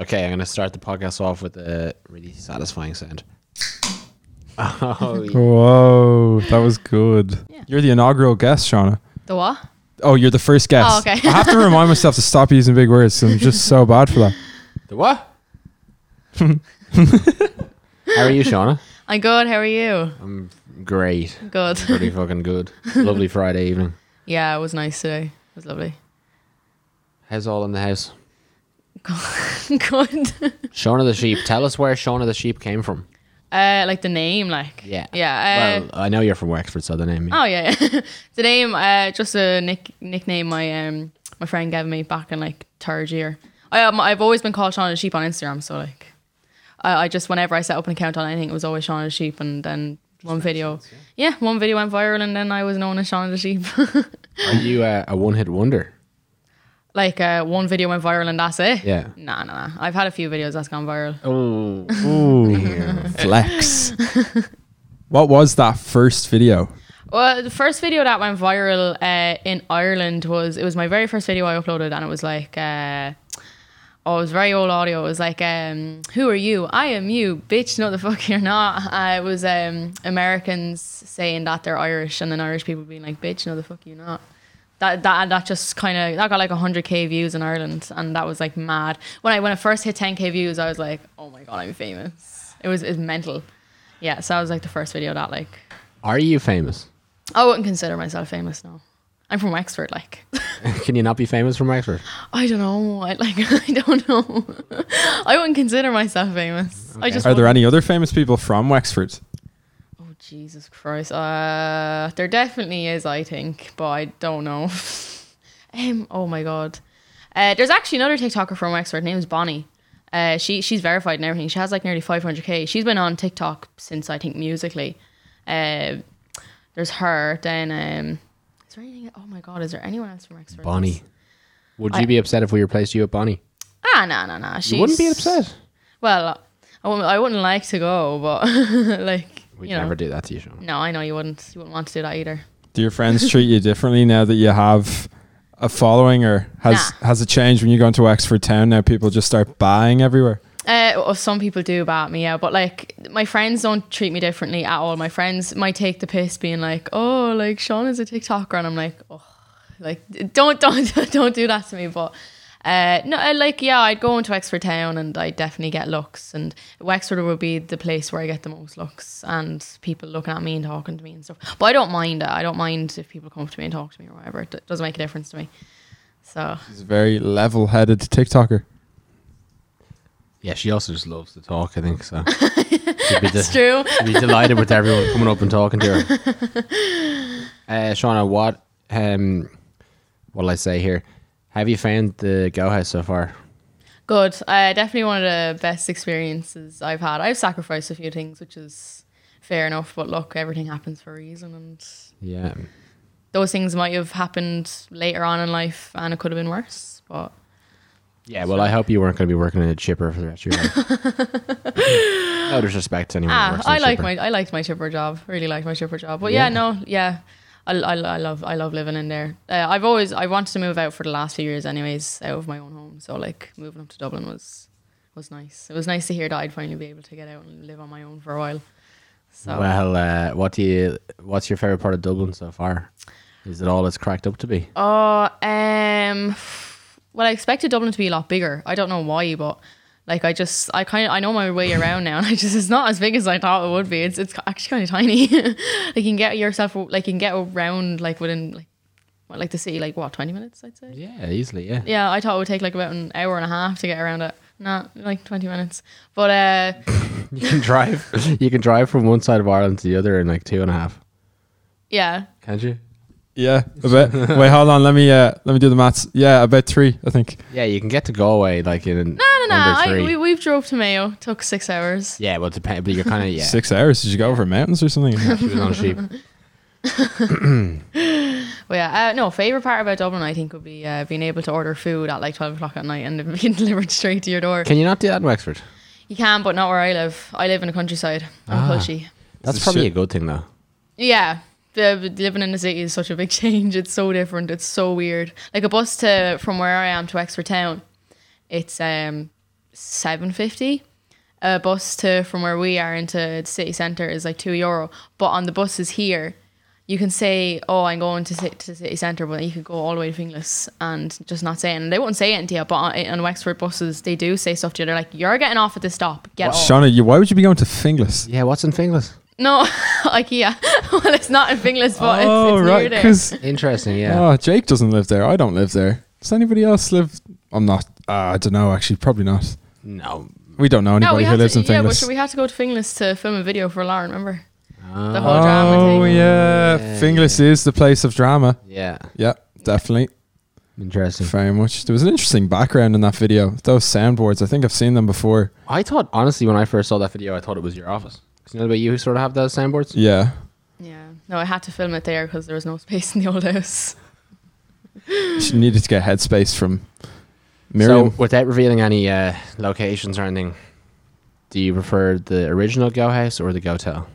Okay, I'm gonna start the podcast off with a really satisfying sound. Oh, yeah. Whoa, that was good. Yeah. You're the inaugural guest, Shauna. The what? Oh, you're the first guest. okay. I have to remind myself to stop using big words. I'm just so bad for that. the what? How are you, Shauna? I'm good. How are you? I'm great. Good. Pretty fucking good. Lovely Friday evening. Yeah, it was nice today. It was lovely. How's all in the house? good. Shauna the sheep. Tell us where Shauna the sheep came from. Uh, like the name, like. Yeah. Yeah. Uh, well, I know you're from Wexford, so the name. oh yeah. yeah. the name, uh, just a nick nickname my um my friend gave me back in like third year. I um, I've always been called Shauna the Sheep on Instagram, so like, I, I just whenever I set up an account on anything, it was always Shauna the Sheep, and then one video, yeah. one video went viral, and then I was known as Shauna the Sheep. Oh. Are you uh, a one hit wonder? like uh, one video went viral, and that's it. Yeah. Nah, nah, nah. I've had a few videos that's gone viral. Oh. Ooh, flex. what was that first video? Well, the first video that went viral uh, in Ireland was it was my very first video I uploaded, and it was like, uh, oh, it was very old audio. It was like, um, who are you? I am you, bitch. No, the fuck you're not. Uh, it was um, Americans saying that they're Irish, and then Irish people being like, bitch. No, the fuck you're not. That that that just kind of that got like 100k views in Ireland, and that was like mad. When I when I first hit 10k views, I was like, oh my god, I'm famous. It was it's mental. Yeah, so that was like the first video that like Are you famous? I wouldn't consider myself famous now. I'm from Wexford, like Can you not be famous from Wexford? I don't know. I like I don't know. I wouldn't consider myself famous. I just Are there wouldn't. any other famous people from Wexford? Oh Jesus Christ. Uh there definitely is, I think, but I don't know. um oh my god. Uh there's actually another TikToker from Wexford, her name's Bonnie. Uh she she's verified and everything. She has like nearly five hundred K. She's been on TikTok since I think musically. Uh there's her, then um is there anything oh my god, is there anyone else from Wexford? Bonnie. Would I- you be upset if we replaced you at Bonnie? Ah, no, no, no. She You wouldn't be upset. Well, I wouldn't, I wouldn't like to go, but like We'd you know, never do that to you, Shauna. no, I know you wouldn't. You wouldn't want to do that either. Do your friends treat you differently now that you have a following, or has has it changed when you go into Wexford town? Now people just start buying everywhere. Uh, well, some people do about me, yeah, but like my friends don't treat me differently at all. My friends might take the piss, being like, "Oh, like Sean is a TikToker," and I'm like, "Oh, like don't don't don't do that to me." But uh, no, I, like yeah, I'd go into Wexford town, and I definitely get looks, and Wexford would be the place where I get the most looks, and people looking at me and talking to me and stuff. But I don't mind it. I don't mind if people come up to me and talk to me or whatever. It doesn't make a difference to me. So He's a very level-headed TikToker. Yeah, she also just loves to talk, I think so. She'd be, de- it's true. she'd be delighted with everyone coming up and talking to her. Uh, Shauna, what um what'll I say here? Have you found the go house so far? Good. Uh, definitely one of the best experiences I've had. I've sacrificed a few things, which is fair enough. But look, everything happens for a reason, and Yeah. those things might have happened later on in life, and it could have been worse. But Yeah, well I hope you weren't gonna be working in a chipper for the rest of your life. no disrespect to anyone. who ah, works in a I like chipper. my I liked my chipper job. Really liked my chipper job. But yeah, Yeah. no, yeah. I, I, I love I love living in there. Uh, I've always I wanted to move out for the last few years, anyways, out of my own home. So like moving up to Dublin was was nice. It was nice to hear that I'd finally be able to get out and live on my own for a while. So Well, uh, what do you what's your favourite part of Dublin so far? Is it all it's cracked up to be? Oh, um, well, I expected Dublin to be a lot bigger. I don't know why, but like I just, I kind of, I know my way around now, and I just, it's not as big as I thought it would be. It's, it's actually kind of tiny. like you can get yourself, like you can get around, like within, like, what, like the city, like what, twenty minutes, I'd say. Yeah, easily, yeah. Yeah, I thought it would take like about an hour and a half to get around it. Not like twenty minutes, but uh, You can drive you can drive from one side of Ireland to the other in like two and a half. yeah, Can't you? Yeah, a bit. Wait, hold on. Let me uh, let me do the maths. Yeah, about three, I think. Yeah, you can get to Galway like in no, no, no, I, we we've drove to Mayo, took six hours. yeah, well, depend, but you're kind of yeah. Six hours? Did you go over mountains or something? She was on sheep. But yeah, uh, no, favorite part about Dublin, I think, would be uh, being able to order food at like 12 o'clock at night and it being delivered straight to your door. Can you not do that in Wexford? You can, but not where I live. I live in the countryside. I'm Ah. Culchy. That's It's a probably shit- a good thing though. Yeah. The, living in the city is such a big change. It's so different. It's so weird. Like a bus to from where I am to Wexford town, it's um seven fifty. A bus to from where we are into the city centre is like two euro. But on the buses here, you can say, "Oh, I'm going to ci- to city centre," but you could go all the way to Finglas and just not say it. And they won't say it to you. But on, on Wexford buses, they do say stuff to you. They're like, "You're getting off at this stop. Get off." Shauna, you, why would you be going to Finglas? Yeah, what's in Finglas? No, IKEA. well, it's not in Finglas, but it's, Oh, eh? it's near there. Because Interesting, yeah. oh, Jake doesn't live there. I don't live there. Does anybody else live? I'm not. Uh, I don't know. Actually, probably not. No. We don't know anybody No, we who had lives to, in yeah, but Finglas. sure, we had to go to Finglas to film a video for Lauren. Remember the Ah, whole drama oh thing. yeah, Yeah, Finglas is the place of drama. yeah. Yeah, definitely. Interesting. Very much. There was an interesting background in that video. Those soundboards, I think I've seen them before. I thought honestly when I first saw that video, I thought it was your office. Isn't that about you who sort of have those soundboards? Yeah. Yeah. No, I had to film it there because there was no space in the old house. She needed to get headspace from So Miriam. without revealing any uh, locations or anything, do you prefer the original Go House or the Go Tell?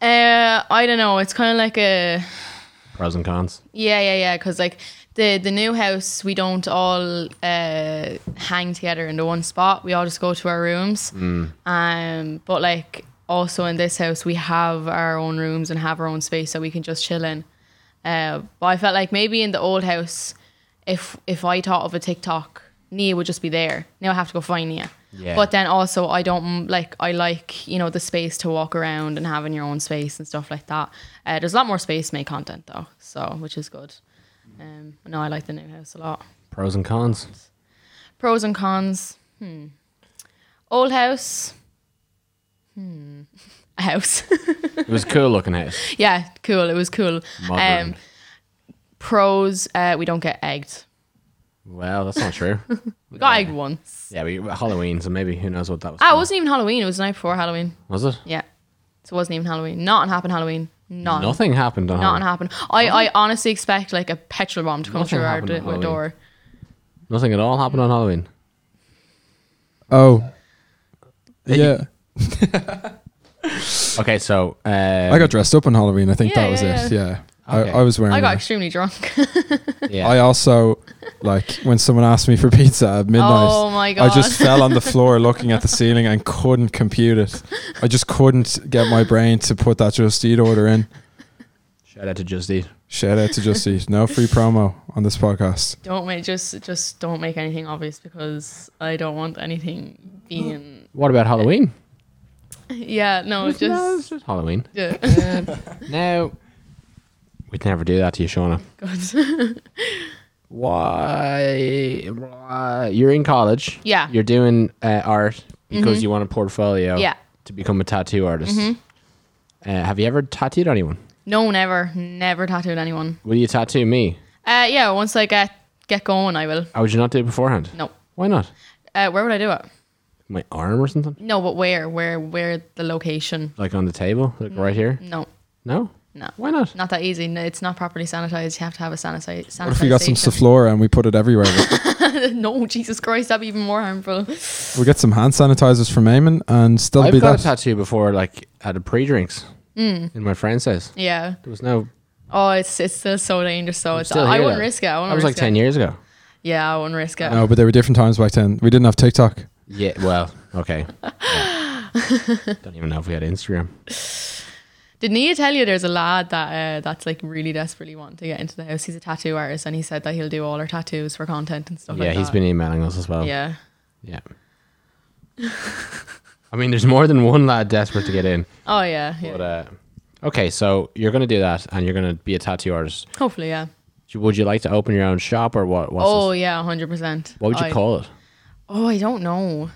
Uh, I don't know. It's kind of like a Pros and cons. yeah, yeah, yeah. Because like the the new house, we don't all uh, hang together into one spot. We all just go to our rooms. Hmm. Um, but like also in this house, we have our own rooms and have our own space that we can just chill in. Uh, but I felt like maybe in the old house, if if I thought of a TikTok, Nia would just be there. Now I have to go find Nia. Yeah. But then also I don't mm, like I like you know the space to walk around and having your own space and stuff like that. Uh, there's a lot more space to make content though, so which is good. Um, no, I like the new house a lot. Pros and cons. Pros and cons. Hmm. Old house. Hmm. A house. It was a cool looking house. yeah, cool. It was cool. Um, Modern. pros. Uh, we don't get egged. Well, that's not true. We got egged once. yeah, we Halloween, so maybe who knows what that was. Ah, it for. wasn't even Halloween. It was the night before Halloween. was it? Yeah. So it wasn't even Halloween. Not on Happen Halloween. Not Nothing. Nothing happened on Not on Halloween. Happen. I, I honestly expect like a petrol bomb to come Nothing through our happened on do- Halloween. door. Nothing at all happened on Halloween. oh. Yeah. Okay, so uh, I got dressed up on Halloween. I think Yeah, that was yeah, it. Yeah. Okay. I, I was wearing I got a- extremely drunk. um, yeah. I also like when someone asked me for pizza at midnight. Oh my I just fell on the floor looking at the ceiling and couldn't compute it. I just couldn't get my brain to put that Just Eat order in. Shout out to Just Eat. Shout out to Just Eat. No free promo on this podcast. don't make just just don't make anything obvious because I don't want anything being. What about Halloween? Yeah. No. No, Just. it's just Halloween. Yeah. No. We'd never do that to you, Shauna. Why? why- You're in college. Yeah. Mm-hmm. You're doing uh, art because you want a portfolio Yeah. Mm-hmm. to become a tattoo artist. Uh, have you ever tattooed anyone? No. Never. Never tattooed anyone. Will you tattoo me? Uh. Yeah. Once I get get going, I will. How would you not do it beforehand? No. Why not? Uh. Where would I do it? My arm or something? No. But where? Where? Where? The location? Like on the table? Like right here? No. No? No. Why not? Not that easy. No, it's not properly sanitized. You have to have a sanitize. What if we got some Saflora and we put it everywhere? We'll- no, Jesus Christ, that'd be even more harmful. we'll get some hand sanitizers from Eamon and still I've be got that. a tattoo before, like at a pre drinks Mm. in my friend's house. Yeah. There was no. Oh, it's it's still so dangerous. So it's, Still I here, wouldn't though. risk it. I wouldn't That was like risk 10 it. years ago. Yeah, I wouldn't risk it. no, but there were different times back then. We didn't have TikTok. Yeah, well, okay. Yeah. Don't even know if we had Instagram. Did Nia tell you there's a lad that uh, that's like really desperately wanting to get into the house? He's a tattoo artist, and he said that he'll do all our tattoos for content and stuff. yeah, like he's that. been emailing us as well. Oh Yeah. Yeah. I mean, there's more than one lad desperate to get in. Oh yeah. yeah. But uh, okay, so you're gonna do that, and you're gonna be a tattoo artist. Hopefully, yeah. Would you like to open your own shop, or what? What's Oh this- yeah, hundred percent. What would you call it? Oh, I don't know.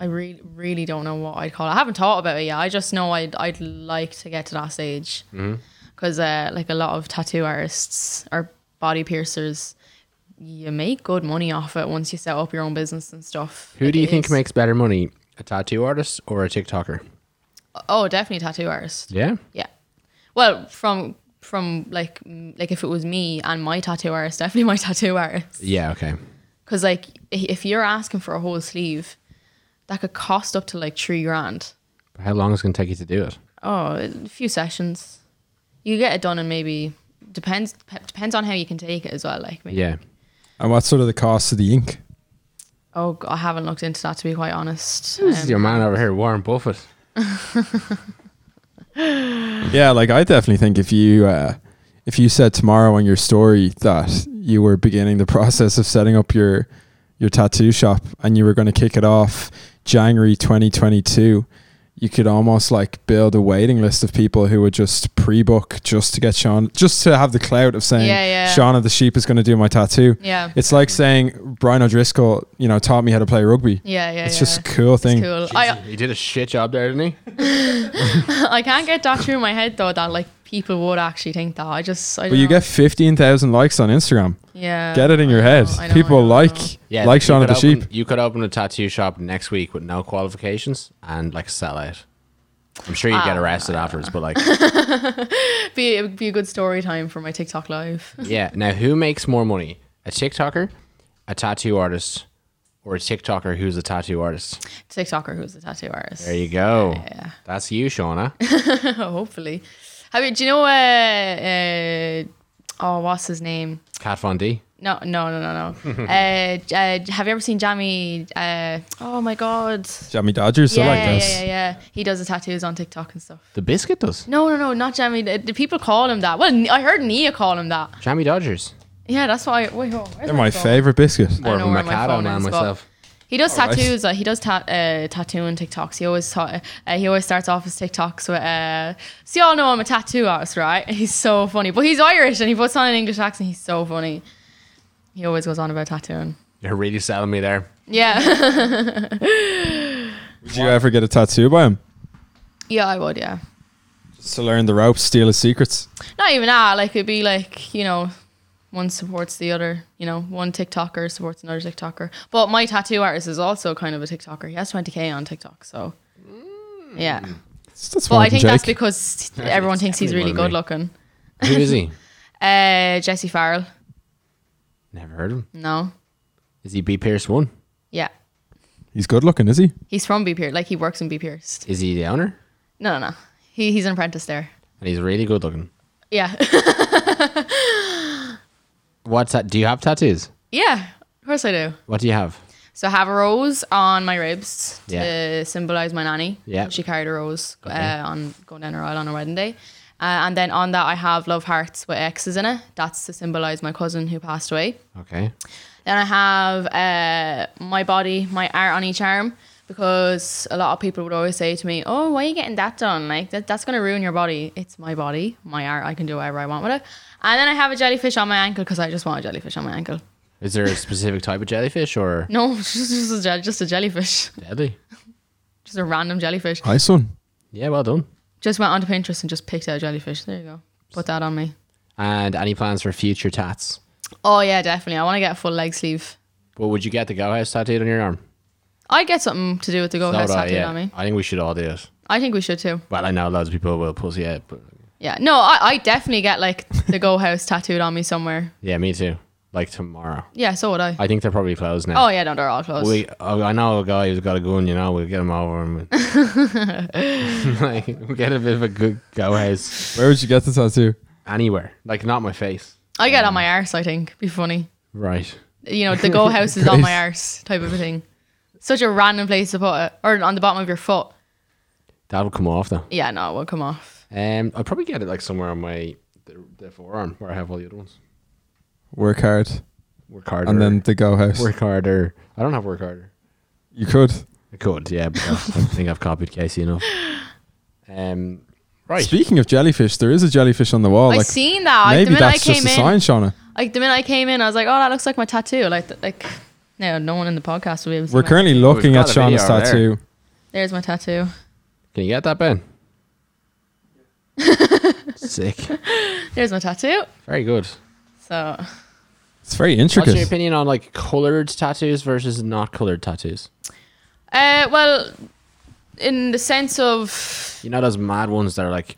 I really, really don't know what I'd call it. I haven't thought about it yet. I just know I'd, I'd like to get to that stage Mm-hmm. because, uh, like a lot of tattoo artists or body piercers, you make good money off it once you set up your own business and stuff. Who Like, do you it think is- makes better money, a tattoo artist or a TikToker? Oh, definitely tattoo artist. Yeah. Yeah. Well, from from like m- like if it was me and my tattoo artist, definitely my tattoo artist. Yeah. Okay. Because like i- if you're asking for a whole sleeve, that could cost up to like three grand. But how long is it gonna take you to do it? Oh, a few sessions. You get it done in maybe depends dep- depends on how you can take it as well. Like maybe. Yeah. And what's sort of the cost of the ink? Oh, g- I haven't looked into that to be quite honest. This is Um, your man over here, Warren Buffett. Yeah, like I definitely think if you uh, if you said tomorrow on your story that you were beginning the process of setting up your your tattoo shop and you were going to kick it off January 2022, you could almost like build a waiting list of people who would just pre-book just to get Sean just to have the clout of saying Yeah, yeah. Sean of the Sheep is going to do my tattoo. yeah. It's like saying Brian O'Driscoll, you know, taught me how to play rugby. yeah, yeah, it's yeah. just a cool thing. cool. I, he did a shit job there, didn't he? I can't get that through my head though that like people would actually think that. I just I But don't you know. get 15,000 likes on Instagram. yeah. Get it in your I head. know, I know, People I know, I like know. like you Shaun of could the Sheep. open- You could open a tattoo shop next week with no qualifications and like sell out. I'm sure you'd get Ah. arrested afterwards, but like, Be it would be a good story time for my TikTok live. yeah. Now, who makes more money? A TikToker, a tattoo artist, or a TikToker who's a tattoo artist? TikToker who's the tattoo artist. There you go. That's you, Shauna. Hopefully. Have you, do you know uh, uh oh what's his name? Kat Von D. No, no, no, no, no. uh, j- uh, have you ever seen Jamie? Uh, oh my god. Jamie Dodgers, Yeah, I like yeah, this. yeah, yeah. He does the tattoos on TikTok and stuff. The Biscuit does. No, no, no, not Jamie. The the people call him that. Well, N- I heard Nia call him that. Jammy Dodgers. Yeah, that's why. Wait, hold on, where's They're my phone? favorite biscuit. I More of know a where my Mercado phone man is, but- myself. He does All right. tattoos. Like he does ta- uh, tattoo and TikToks. He always ta- uh, he always starts off his TikToks with, uh, "So y'all know I'm a tattoo artist, right?" He's so funny, but he's Irish and he puts on an English accent. He's so funny. He always goes on about tattooing. You're really selling me there. Yeah, Did you ever get a tattoo by him? yeah, I would. Yeah, Just to learn the ropes, steal his secrets. not even that. Like it'd be like you know, one supports the other. You know, one TikToker supports another TikToker. But my tattoo artist is also kind of a TikToker. He has 20k on TikTok, so Mm. yeah. That's, that's But more I than think Jake. that's because everyone thinks he's definitely really more good than me. looking. Who is he? Uh, Jesse Farrell. Never heard of him. No. Is he B Pierce one? Yeah. he's good looking, is he? He's from B Pierce. Like he works in B Pierce. Is he the owner? No, no, no. He, he's an apprentice there. And he's really good looking. Yeah. What's that? Do you have tattoos? yeah. Of course I do. What do you have? So I have a rose on my ribs to Yeah. symbolize my nanny. Yeah. She carried a rose uh, on going down her aisle on her wedding day. Uh, and then on that, I have love hearts with X's in it. That's to symbolize my cousin who passed away. Okay. Then I have uh, my body, my art on each arm, because a lot of people would always say to me, "Oh, why are you getting that done? Like that, that's gonna ruin your body. It's my body, my art. I can do whatever I want with it." And then I have a jellyfish on my ankle because I just want a jellyfish on my ankle. Is there a specific type of jellyfish or No, just, just, a, jell- just a jellyfish, deadly? just a random jellyfish. Nice one. Yeah, well done. Just went onto Pinterest and just picked out a jellyfish. There you go. Put that on me. And any plans for future tats? Oh yeah, definitely. I want to get a full leg sleeve. Well, would you get the go house tattooed on your arm? I'd get something to do with the go So house would I, tattooed yeah. on me. I think we should all do it. I think we should too. Well, I know loads of people will pussy out, but Yeah, no, I, I definitely get like the Go House tattooed on me somewhere. yeah, me too. Like tomorrow. Yeah, so would I. I think they're probably closed now. oh yeah, no, they're all closed. We, oh, I know a guy who's got a gun. You know, we'll get him over and we- like we'll get a bit of a good go house Where would you get the tattoo? anywhere. Like not my face. I um, get on my arse. I think be funny. Right. You know, the Go House is on my Great. arse type of a thing. Such a random place to put it, or on the bottom of your foot. That'll come off though. Yeah, no, it will come off. Um, I'll probably get it like somewhere on my the, the forearm where I have all the other ones. Work hard. Work harder. And then the go house. work harder. I don't have work harder. You could. I could, yeah, but I think I've copied Casey enough. Um, right. Speaking of jellyfish, there is a jellyfish on the wall. I Oh, like, seen that. Like, the maybe minute I that's came just a in, sign, Shauna. like the minute I came in, I was like, oh, that looks like my tattoo. Like, th- like, no, no one in the podcast will be able to. see We're my- currently we've looking at got a video Shauna's there. tattoo. There's my tattoo. Can you get that, Ben? Sick. There's my tattoo. Very good. So It's very What's your intricate. opinion on like colored tattoos versus not colored tattoos? Uh, well, in the sense of, You know those mad ones that are like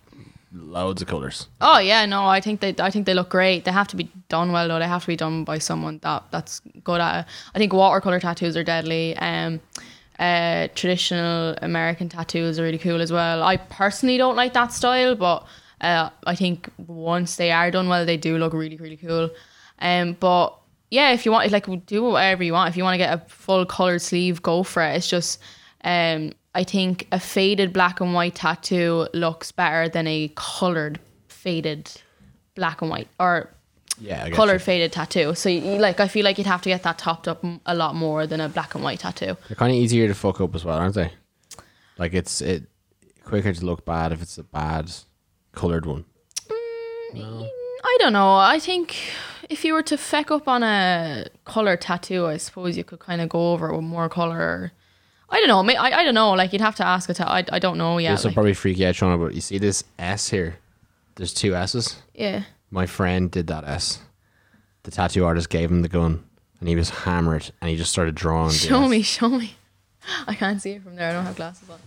loads of colors. oh yeah, no, I think they, I think they look great. They have to be done well, though. They have to be done by someone that that's good at it. I think watercolor tattoos are deadly. Um, uh, traditional American tattoos are really cool as well. I personally don't like that style, but uh, I think once they are done well, they do look really, really cool. Um, but yeah, if you want, like, do whatever you want. If you want to get a full colored sleeve, go for it. It's just, um, I think a faded black and white tattoo looks better than a colored faded black and white or Yeah, I colored faded tattoo. So, you, like, I feel like you'd have to get that topped up m- a lot more than a black and white tattoo. They're kind of easier to fuck up as well, aren't they? Like it's it quicker to look bad if it's a bad colored one. I don't know. I think if you were to feck up on a color tattoo, I suppose you could kind of go over it with more color. I don't know. may- I, I don't know. Like you'd have to ask a ta- I, I don't know yet. this will like- probably freak you out, Sean, but you see this S here? There's two S's. yeah. My friend did that S. The tattoo artist gave him the gun, and he was hammered, and he just started drawing. the Show S. me. Show me. I can't see it from there. I don't have glasses on.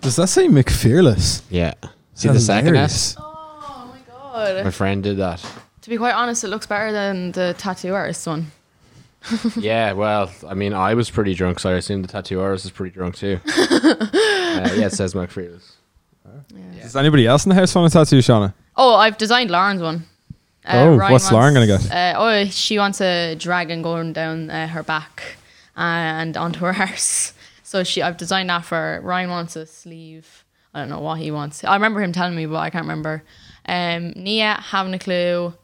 Does that say McFearless? Yeah. See the second S. Hilarious. Oh my My god. friend did that. To be quite honest, it looks better than the tattoo artist one. yeah, well, I mean, I was pretty drunk, so I assume the tattoo artist is pretty drunk too. uh, yeah, it says Mac Freeless. Does anybody else in the house want a tattoo, Shauna? Oh, I've designed Lauren's one. Uh, Oh, what's Lauren gonna wants- Uh, oh, she wants a dragon going down uh, her back uh, and onto her arse. So she, I've designed that for her. Ryan wants a sleeve. I don't know what he wants. I remember him telling me, but I can't remember. Um, Nia having a clue.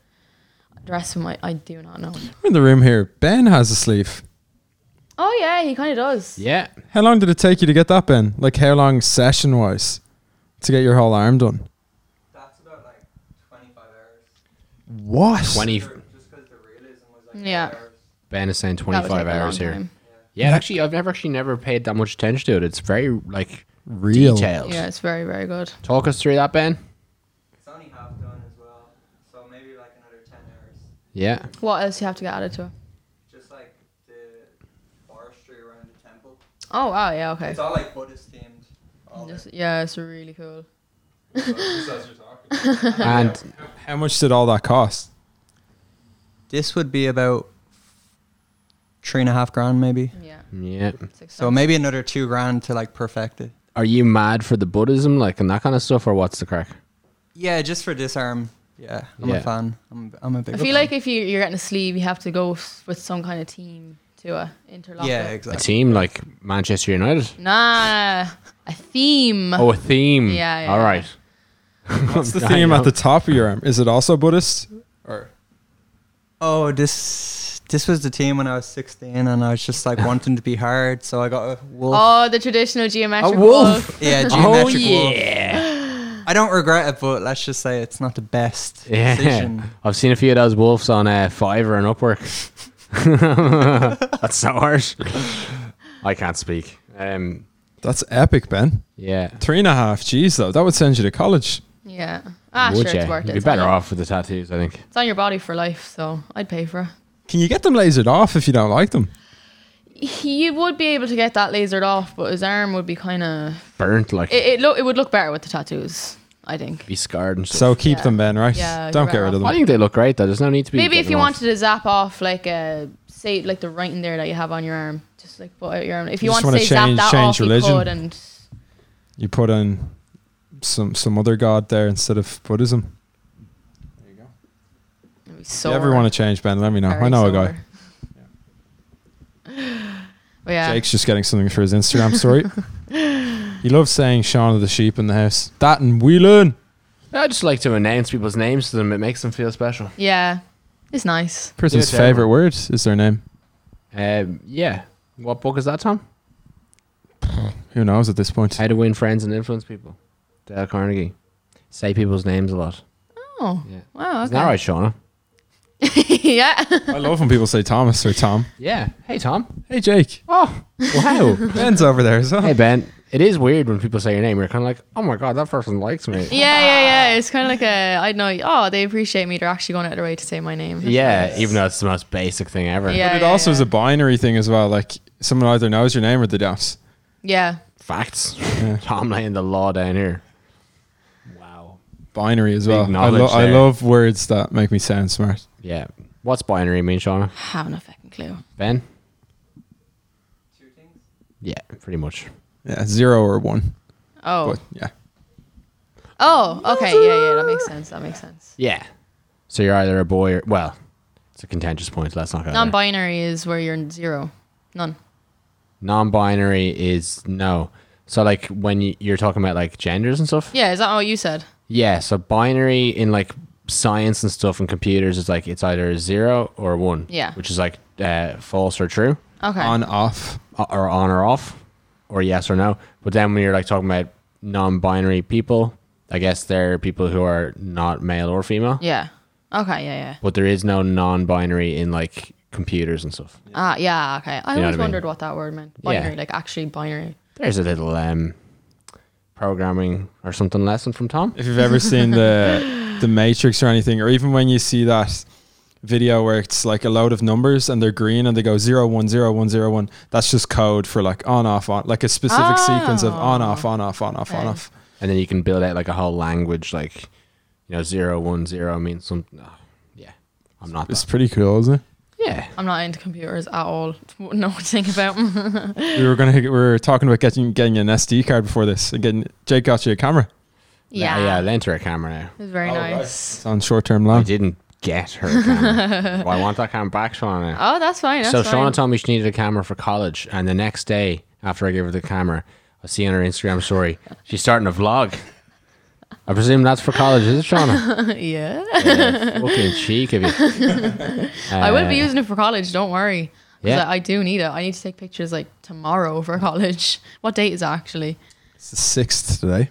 The rest of my, I do not know. We're in the room here. Ben has a sleeve. Oh yeah, he kind of does. Yeah. How long did it take you to get that, Ben? Like how long session wise to get your whole arm done? That's about like 25 hours. What? 20, Sure, just because the realism was like Yeah. eight hours. ben is saying That would 25 take a long hours here. time. Yeah, actually, I've never actually never paid that much attention to it. It's very like Real. detailed. Yeah, it's very very good. Talk us through that, Ben. It's only half done as well. So maybe like another 10 hours. Yeah. What else do you have to get added to it? Just like the forestry around the temple. Oh wow, yeah, okay. It's all like Buddhist themed. All Just- yeah, it's really cool. And How much did all that cost? This would be about three and a half grand maybe. Yeah. yeah, Six So maybe another two grand to like perfect it. are you mad for the Buddhism, like and that kind of stuff, or what's the crack? Yeah, just for this arm. Yeah, I'm Yeah. a fan. I'm, I'm a big I fan. feel like if you, you're getting a sleeve, you have to go s- with some kind of team to uh, interlock. Yeah, it. A exactly. team like Manchester United. Nah, a theme. Oh, a theme. Uh, Yeah, yeah. All right. What's the I theme know. at the top of your arm? Is it also Buddhist? Or oh, this this was the team when I was 16, and I was just like wanting to be hard, so I got a wolf. Oh, the traditional geometric A wolf. wolf. Yeah, Oh geometric wolf. yeah. I don't regret it, but let's just say it's not the best Yeah. decision. I've seen a few of those wolves on uh, Fiverr and Upwork. That's so harsh. I can't speak. Um. That's epic, Ben. Yeah. Three and a half. Jeez, though, that would send you to college. Yeah. Ah, Would sure, ya? it's worth You'd it. be It's better on your- off with the tattoos, I think. It's on your body for life, so I'd pay for Can you get them lasered off if you don't like them? it. You would be able to get that lasered off, but his arm would be kind of. Burnt like It it, look, it would look better with the tattoos, I think. be scarred and stuff. So keep Yeah. them, Ben. Right? Yeah, don't you're get right. rid of I them. think they look great though. There's no need to be. Maybe if getting you off. wanted to zap off, like a say, like the writing there that you have on your arm, just like put out your arm. If you, You want just to wanna say change- zap that change off, religion. you could and You put in some some other god there instead of Buddhism. It'd be if you ever sore. want to change, Ben, let me know. Very I know a guy. sore. But yeah. Jake's just getting something for his Instagram story. he loves saying Shaun of the Sheep in the house. That and we learn. I just like to announce people's names to them. It makes them feel special. Yeah. It's nice. Person's Yeah, Shaun. favorite word is their name. Um, yeah. What book is that, Tom? Who knows at this point? How to Win Friends and Influence People. Dale Carnegie. Say people's names a lot. Oh. Yeah. Wow. Isn't that Okay. right, Shauna? yeah. I love when people say Thomas or Tom. Yeah. Hey, Tom. Hey, Jake. Oh, wow. Ben's over there as well. hey, Ben. It is weird when people say your name. You're kind of like, oh my God, that person likes me. Yeah, yeah, yeah. It's kind of like a, I know, oh, they appreciate me. They're actually going out of their way to say my name. Yeah, even though it's the most basic thing ever. Yeah. but it also is a binary thing as well. Like someone either knows your name or they don't. Yeah. Facts. Tom laying the law down here. Wow. Binary as well. I, knowledge lo- I there. love words that make me sound smart. Yeah. What's binary mean, Shauna? Have no fucking clue. Ben? Two things. Yeah, pretty much. Yeah, zero or one. Oh. But yeah, Oh, okay. Yeah, yeah. That makes sense. That makes sense. Yeah. So you're either a boy or well, It's a contentious point. Let's not go. there. Non-binary is where you're zero, none. Non-binary is no. So like when you, you're talking about like genders and stuff. Yeah, is that what you said? Yeah, so binary in like science and stuff and computers is like it's either a zero or a one. Yeah. Which is like uh, false or true, Okay. on off. o- or on or off, or yes or no. But then when you're like talking about non binary people, I guess they're people who are not male or female. yeah. Okay. Yeah. Yeah. But there is no non binary in like computers and stuff. Ah. yeah. Okay. know what I I always mean? wondered what that word meant. Binary, like actually binary. There's a little um, programming or something lesson from Tom. If you've ever seen the the Matrix or anything, or even when you see that video where it's like a load of numbers and they're green and they go zero one zero one zero one, that's just code for like on off on like a specific sequence of on off on off on off on Okay. off. And then you can build out like a whole language, like, you know, zero, one, zero means something. ah, yeah. I'm not. It's That. pretty cool, isn't it? Yeah. I'm not into computers at all. No thing about. we were gonna we were talking about getting getting an SD card before this. And getting Jake got you a camera. yeah. Yeah, I lent her a camera now. It's very Oh, nice. It's on short term I loan. didn't get her a camera. well, I want that camera back, Shauna. now. Oh, that's fine. That's so fine. Shauna told me she needed a camera for college, and the next day after I gave her the camera, I see on her Instagram story she's starting a vlog. I presume that's for college, is it, Shauna? yeah. yeah, fucking cheek of you. I will be Uh, using it for college. Don't worry. 'Cause Yeah. I, I do need it. I need to take pictures like tomorrow for college. What date is it actually? It's the sixth today.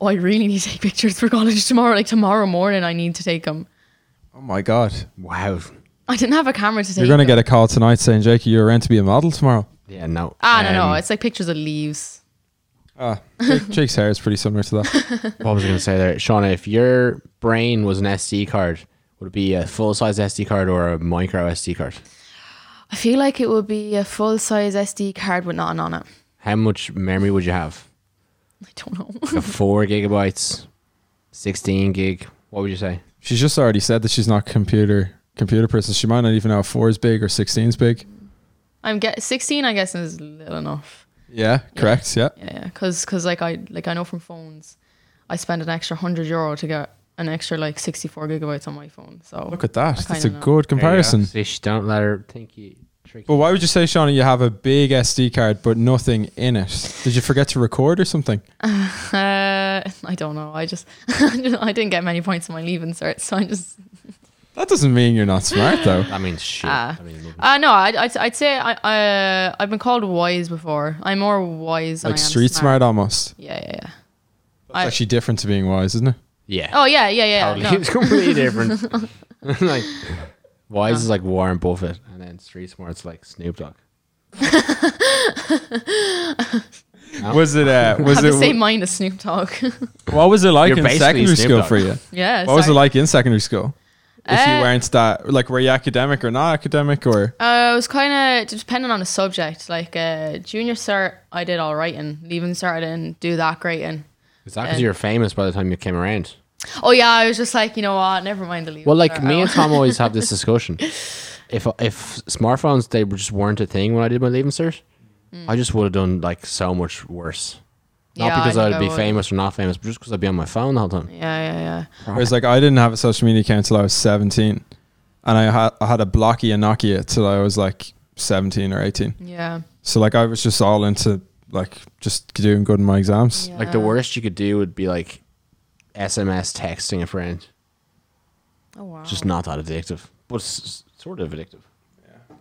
Oh, I really need to take pictures for college tomorrow. Like tomorrow morning, I need to take them. Oh my god. Wow. I didn't have a camera to take. You're gonna them. get a call tonight saying, Jake, you're around to be a model tomorrow. Yeah, no. Ah, no, no. Um, It's like pictures of leaves. Ah, Jake, Jake's hair is pretty similar to that. What was I going to say there, Shauna? If your brain was an SD card, would it be a full size SD card or a micro SD card? I feel like it would be a full size SD card with nothing on it. How much memory would you have? I don't know. Like a four gigabytes, sixteen gig. What would you say? She's just already said that she's not computer computer person. She might not even know if four is big or sixteen is big. I'm get 16. I guess is little enough. Yeah, correct. Yeah. Yeah, because cause like I like I know from phones, I spend an extra hundred euro to get an extra like 64 gigabytes on my phone. So Look at that. I That's a kinda know. good comparison. Oh. Fish, don't let her think you tricky. But why would you say, Shauna, you have a big SD card but nothing in it? Did you forget to record or something? Uh, I don't know. I just I didn't get many points in my leave insert, so I just That doesn't mean you're not smart though. That means shit. Ah. That means nothing. uh no. I'd I'd, I'd say I uh, I've been called wise before. I'm more wise than like I am street smart. almost. Yeah, yeah, yeah. It's I- actually different to being wise, isn't it? yeah. Oh yeah, yeah, yeah. totally. no. It's completely different. like, wise Ah. is like Warren Buffett, and then Street Smart's like Snoop Dogg. Oh. Was it? Uh, was Have the it? same mind as Snoop Dogg. What was it like You're in basically secondary Snoop school Dogg. for you? yeah. What was it sorry. like in secondary school? If you Uh, weren't that, like, were you academic or not academic, or Uh, it was kind of depending on the subject. Like uh, junior cert, I did all right in. Leaving cert, I didn't do that great in. Is that because you were famous by the time you came around? Oh yeah, I was just like, you know what? Never mind the leaving. Well, like cert. me I- and Tom always have this discussion. If if smartphones they were just weren't a thing when I did my leaving cert, I just would have done like so much worse. Not Mm. Yeah, I because I'd think I be would. famous or not famous, but just because I'd be on my phone the whole time. Yeah, yeah, yeah. whereas like I didn't have a social media account till I was seventeen, and I had I had a blocky and Nokia till I was like seventeen or eighteen. Yeah. So like I was just all into like just doing good in my exams. Like the Yeah. worst you could do would be like SMS texting a friend. Oh wow. Just not that addictive, but s- s- sort of addictive.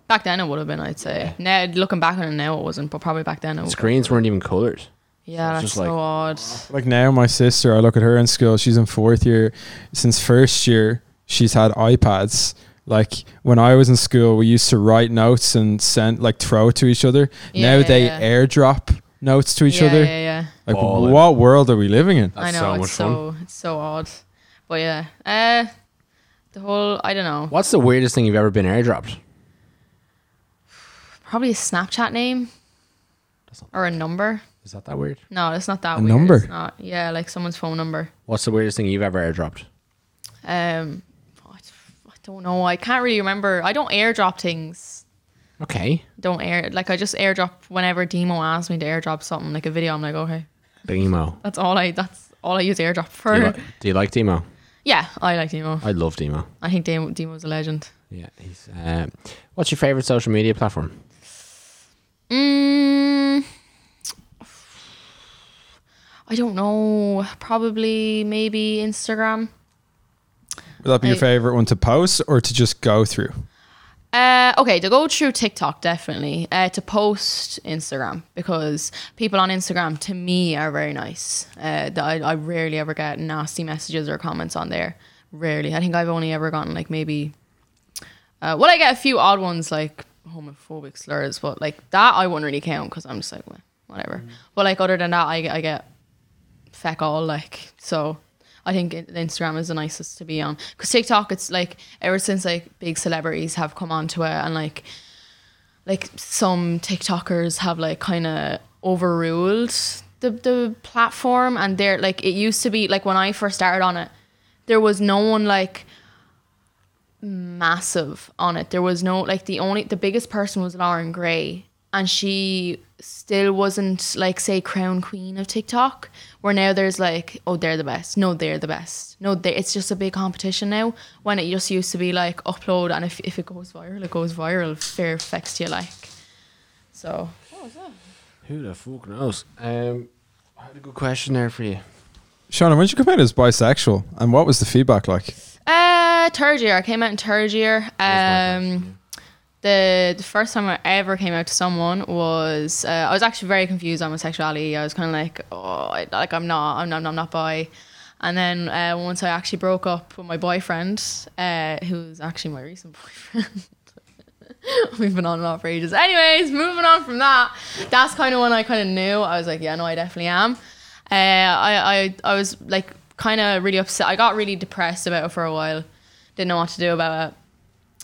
back then it would have been, I'd say. Now looking back on it now it wasn't, but probably back then it was. Screens weren't even colored. Yeah, it's that's just so like- odd. Like now, my sister, I look at her in school. She's in fourth year. Since first year, she's had iPads. Like when I was in school, we used to write notes and send like throw it to each other. Yeah, now they yeah, yeah. airdrop notes to each yeah, other. Yeah, yeah. Like Ballin'. what world are we living in? That's I know so it's much so it's so odd, but yeah. Uh, the whole I don't know. What's the weirdest thing you've ever been airdropped? Probably a Snapchat name. Or a number? Is that that weird? No, it's not that A weird. number? It's not. Yeah, like someone's phone number. What's the weirdest thing you've ever airdropped? Um, I I don't know. I can't really remember. I don't airdrop things. Okay. Don't air like I just airdrop whenever Demo asks me to airdrop something like a video. I'm like, okay, Demo. that's all I. That's all I use airdrop Do for. you, li- do you like Demo? Yeah, I like Demo. I love Demo. I think Demo Demo's a legend. Yeah, he's. Uh, what's your favorite social media platform? Mm, I don't know. Probably maybe Instagram. Would that be your I- favorite one to post or to just go through? Uh, okay, to go through TikTok, definitely. Uh, to post Instagram because people on Instagram, to me, are very nice. Uh, that I, I rarely ever get nasty messages or comments on there. Rarely. I think I've only ever gotten like maybe. Uh, well, I get a few odd ones like homophobic slurs, but like that I wouldn't really count because I'm just like, well, whatever. But like other than that, I, I get feck all like so I think it- Instagram is the nicest to be on because TikTok it's like ever since like big celebrities have come onto it and like like some TikTokers have like kind of overruled the the platform and they're like it used to be like when I first started on it there was no one like massive on it. There was no like the only the biggest person was Lauren Gray, and she still wasn't like say crown queen of TikTok. Where now there's like oh they're the best, no they're the best, no they it's just a big competition now. When it just used to be like upload and if if it goes viral, it goes viral. Fair effects to you like. So Who the fuck knows? Um, I had a good question there for you. Sean, when did you come out as bisexual and what was the feedback like? uh third year I came out in third year. Um. the, the first time I ever came out to someone was uh, I was actually very confused on my sexuality. I was kind of like, oh, I, like I'm not, I'm not, I'm not bi. And then uh, once I actually broke up with my boyfriend, uh, who's actually my recent boyfriend. We've been on and off for ages. Anyways, moving on from that, that's kind of when I kind of knew. I was like, yeah, no, I definitely am. Uh, I, I, I was like kind of really upset. I got really depressed about it for a while. Didn't know what to do about it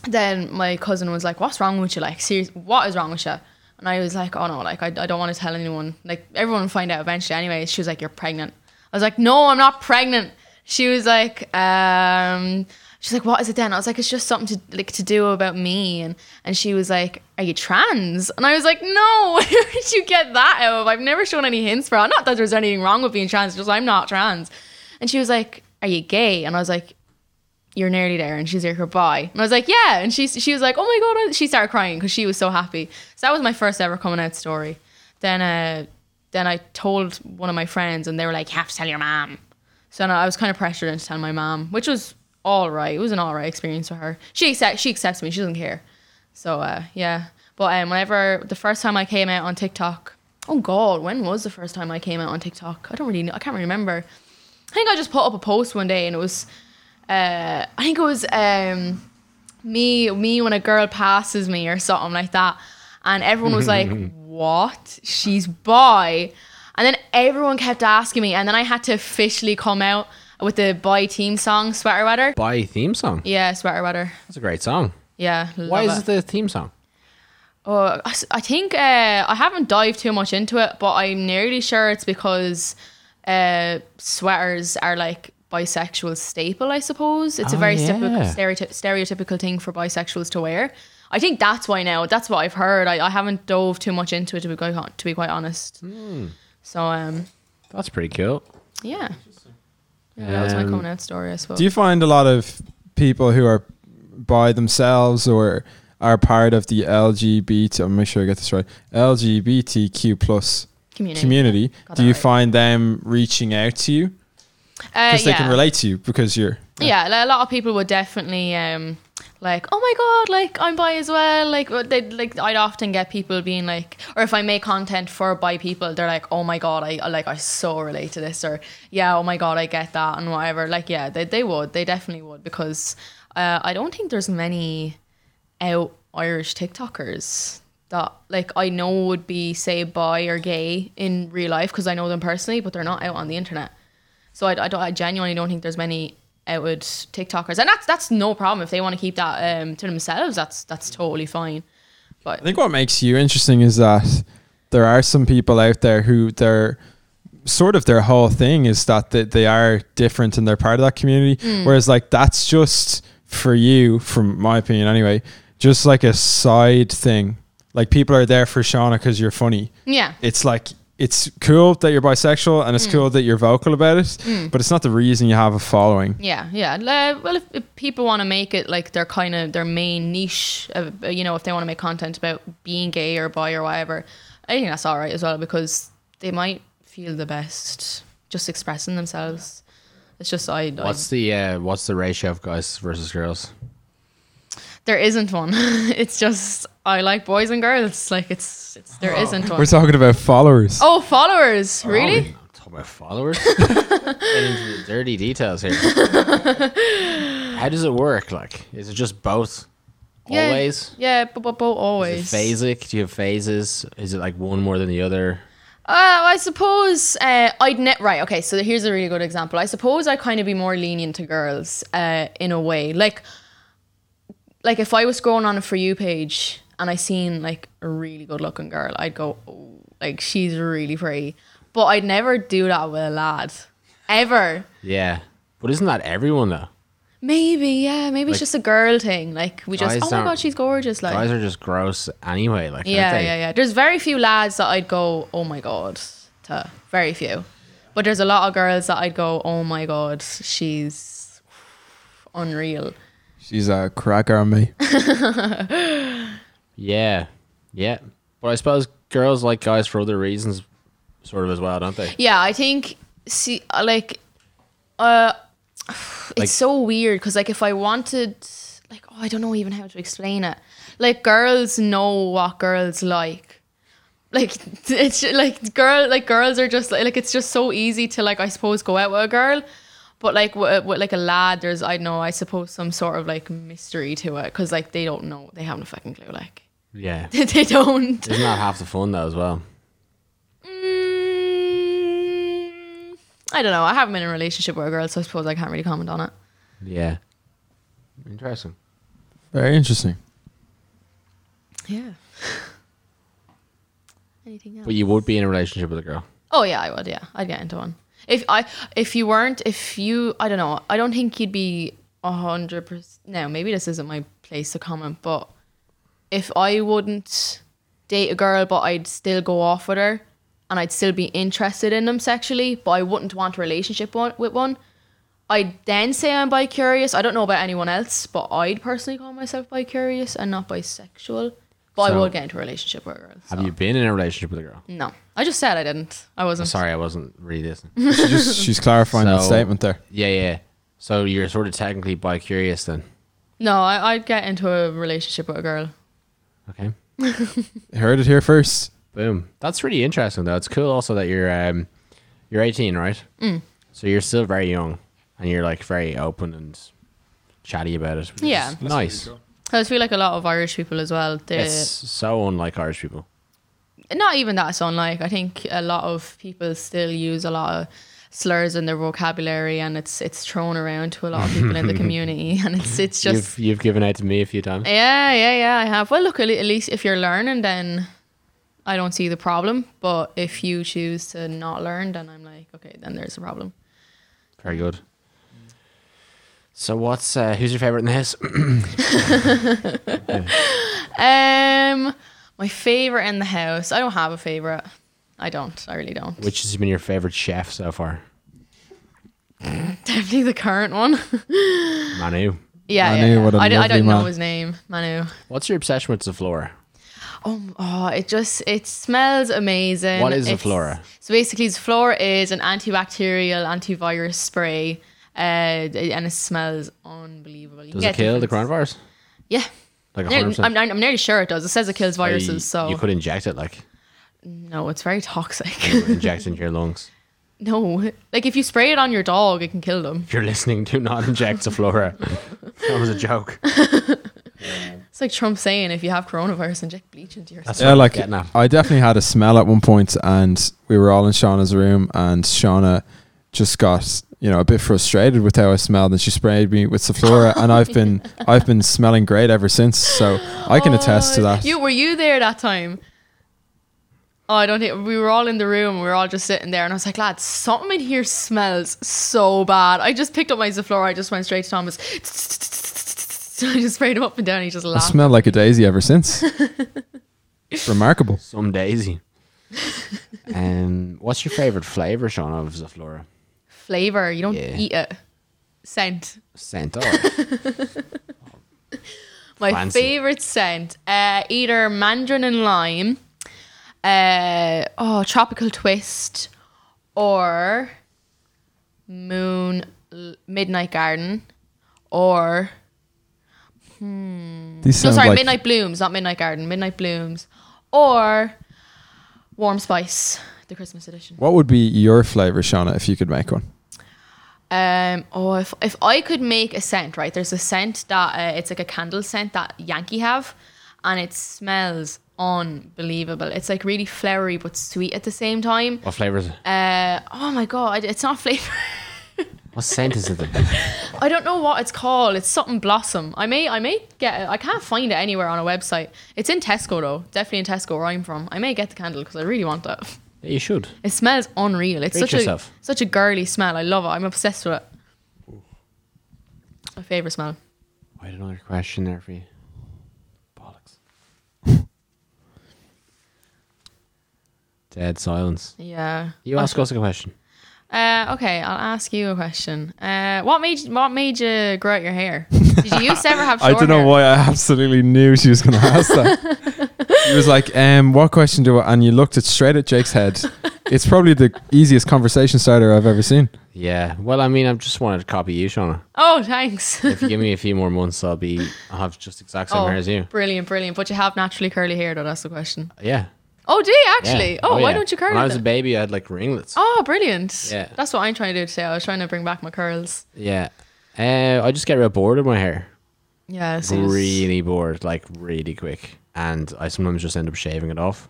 then my cousin was like, "What's wrong with you? Like, serious, what is wrong with you?" And I was like, "Oh no, like I, I don't want to tell anyone. Like everyone will find out eventually." Anyway, she was like, "You're pregnant." I was like, "No, I'm not pregnant." She was like, um, "She's like, what is it then?" I was like, "It's just something to like to do about me." And and she was like, "Are you trans?" And I was like, "No, where did you get that out of? I've never shown any hints for it. Not that there's anything wrong with being trans, just I'm not trans." And she was like, "Are you gay?" And I was like, you're nearly there and she's like her bye and i was like yeah and she, she was like oh my god and she started crying because she was so happy so that was my first ever coming out story then uh then i told one of my friends and they were like you have to tell your mom so no, i was kind of pressured into telling my mom which was all right it was an all right experience for her she accept, she accepts me she doesn't care so uh yeah but um whenever the first time i came out on tiktok oh god when was the first time i came out on tiktok i don't really know i can't remember I think I just put up a post one day and it was, uh, I think it was um, me, me when a girl passes me or something like that. And everyone was like, what? She's bi. And then everyone kept asking me. And then I had to officially come out with the bi team song, Sweater Weather. By theme song. Yeah, Sweater Weather. That's a great song. Yeah. Why love is it the theme song? Oh, I s- I think uh, I haven't dived too much into it, but I'm nearly sure it's because uh, sweaters are like bisexual staple. I suppose it's a Oh, very yeah. stereotyp- stereoty- stereotypical thing for bisexuals to wear. I think that's why now. That's what I've heard. I, I haven't dove too much into it to be quite hon- to be quite honest. Hmm. So um, That's pretty cool. yeah. Yeah, that was my Um, coming out story, I suppose. Do you find a lot of people who are by themselves or are part of the LGBT? I'm make sure I get this right. LGBTQ plus Community. community. Got Do that you right. find them reaching out to you Uh, because they can yeah. relate to you because you're yeah, like, a lot of people would definitely um like oh my god like i'm bi as well like they like i'd often get people being like or if i make content for bi people they're like oh my god i like i so relate to this or yeah oh my god i get that and whatever like yeah they, they would they definitely would because uh, i don't think there's many out irish tiktokers that like i know would be say bi or gay in real life because i know them personally but they're not out on the internet so I, I, don't, I genuinely don't think there's many outward TikTokers, and that's that's no problem if they want to keep that um, to themselves. That's that's totally fine. I think what makes you interesting is that there are some people out there who their sort of their whole thing is that they, they are different and they're part of that community. Whereas like that's just for you, from my opinion anyway, just like a side thing. Like people are there for Shauna because you're funny. Yeah, It's like it's cool that you're bisexual and it's cool that you're vocal about it, but it's not the reason you have a following. Yeah, yeah. Uh, well, if, if people want to make it like their kind of their main niche, of, uh, you know, if they want to make content about being gay or bi or whatever, I think that's all right as well because they might feel the best just expressing themselves. It's just I, I What's the uh, what's the ratio of guys versus girls? there isn't one. it's just I like boys and girls. Like it's it's there not one. We're talking about followers. oh, followers, really? Oh, I'm talking about followers. Get into the dirty details here. How does it work? Like, is it just both? yeah, Always. Yeah, but but but always. Is it phasic? Do you have phases? Is it like one more than the other? Uh, I suppose uh, I'd net right. Okay, so here's a really good example. I suppose I kind of be more lenient to girls uh, in a way, like like if I was scrolling on a for you page and I seen like a really good looking girl, I'd go, oh, like she's really pretty. But I'd never do that with a lad, ever. Yeah, but isn't that everyone though? Maybe yeah, Like- maybe it's just a girl thing. Like we just, Guys oh my aren't- god, she's gorgeous. Like Guys are just gross anyway. Like, aren't Yeah, they? yeah, yeah. There's very few lads that I'd go, oh my god, to. Very few. But there's a lot of girls that I'd go, oh my god, she's unreal. She's a cracker on me. Yeah, yeah. But I suppose girls like guys for other reasons, sort of as well, don't they? Yeah, I think, see, like, uh, it's Like- so weird because, like, if I wanted, like, oh, I don't know even how to explain it. Like, girls know what girls like. Like it's like girl, like girls are just like it's just so easy to like I suppose go out with a girl, but like with, with like a lad, there's I know I suppose some sort of like mystery to it because like they don't know they haven't a fucking clue like Yeah. they don't. Isn't that half the fun though as well? Mm, I don't know. I haven't been in a relationship with a girl, so I suppose I can't really comment on it. Yeah. Interesting. Very interesting. Yeah. Anything else? But you would be in a relationship with a girl. oh yeah, I would. Yeah, I'd get into one. If I if you weren't, if you, I don't know. I don't think you'd be a hundred percent. No, maybe this isn't my place to comment, but if I wouldn't date a girl, but I'd still go off with her, and I'd still be interested in them sexually, but I wouldn't want a relationship one, with one. I'd then say I'm bi curious. I don't know about anyone else, but I'd personally call myself bi curious and not bisexual. But I So- would get into a relationship with a girl. Have so- you been in a relationship with a girl? Oh, No, I just said I didn't. I wasn't. Sorry, I wasn't really listening. She just, she's clarifying that So- statement there. yeah, yeah. So you're sort of technically bi curious then. No, I, I'd get into a relationship with a girl. Okay. Heard it here first. Boom. That's really interesting though. It's cool also that you're um you're eighteen, right? Mm. So you're still very young and you're like very open and chatty about it. which Yeah. is Nice. I just feel like a lot of Irish people as well. They It's so unlike Irish people. not even that's unlike. I think a lot of people still use a lot of slurs in their vocabulary, and it's it's thrown around to a lot of people in the community, and it's it's just you've you've given out to me a few times. yeah, yeah, yeah. I have. Well, look, at le- at least if you're learning, then I don't see the problem. But if you choose to not learn, then I'm like, okay, then there's a problem. Very good. So what's uh, who's your favorite in the house? Um, my favorite in the house. I don't have a favorite. I don't. I really don't. Which has been your favorite chef so far? Definitely the current one. Manu. yeah, Manu, yeah, yeah. what a I, d- I lovely don't know man. his name, Manu. What's your obsession with the flora? Oh, m- oh, it just it smells amazing. What is a It's- Flora? So basically, Flora is an antibacterial, antivirus spray, uh, and it smells unbelievable. You Does can it get kill the different- coronavirus? Yeah. Like Near- 100%. I'm, I'm nearly sure it does. It says it kills viruses, You- so you could inject it, like no, it's very toxic. inject into your lungs. no, like if you spray it on your dog, it can kill them. If you're listening, do not inject the flora. that was a joke. It's like Trump saying if you have coronavirus, inject bleach into yourself. That's- what yeah, I'm like getting at. I definitely had a smell at one point, and we were all in Shauna's room, and Shauna just got you know a bit frustrated with how I smelled, and she sprayed me with Saflora, and I've been I've been smelling great ever since. So I can attest to that. Oh, You were you there that time? Oh, I don't think we were all in the room. We were all just sitting there, and I was like, "Lad, something in here smells so bad." I just picked up my Zaflora. I just went straight to Thomas. I just sprayed him up and down. He just I laughed. smell like a daisy ever since. Remarkable. Some daisy. Um, what's your favorite flavor, Sean, of Zaflora? Flavor, you don't Yeah. eat it. Scent. Scent. Oh, My Fancy. favorite scent, uh, either mandarin and lime, uh, oh tropical twist, or moon L- midnight garden, or These no sound sorry like midnight blooms, not midnight garden, midnight blooms, or warm spice, the Christmas edition. What would be your flavor, Shauna, if you could make one? Um, oh, if, if I could make a scent, right? There's a scent that uh, it's like a candle scent that Yankee have, and it smells unbelievable. It's like really flowery but sweet at the same time. what flavor is it? Uh, oh my god, it's not flavor. What scent is it? then? I don't know what it's called. It's something blossom. I may, I may get. It. I can't find it anywhere on a website. It's in Tesco though, definitely in Tesco where I'm from. I may get the candle because I really want that. Yeah, you should. It smells unreal. It's Treat such yourself. a such a girly smell. I love it. I'm obsessed with it. It's my favorite smell. Wait, another question there for you. Bollocks. Dead silence. Yeah. You ask us a question. Uh, okay, I'll ask you a question. Uh, what made you, what made you grow out your hair? Did you used to ever have? I Short don't know hair? why I absolutely knew she was going to ask that. he was like, um, "What question do?" I, and you looked it straight at Jake's head. It's probably the easiest conversation starter I've ever seen. Yeah. Well, I mean, I just wanted to copy you, Shauna. Oh, thanks. If you give me a few more months, I'll be. I'll have just exact same oh, hair as you. brilliant, brilliant. But you have naturally curly hair, though. That's the question. Yeah. Oh, do you yeah. actually? Oh, why yeah. don't you curl When I it? was a then? baby, I had like ringlets. oh, brilliant. Yeah. That's what I'm trying to do today. I was trying to bring back my curls. Yeah. Uh, I just get real bored of my hair. Yeah. as soon as- Really bored, like really quick. And I sometimes just end up shaving it off.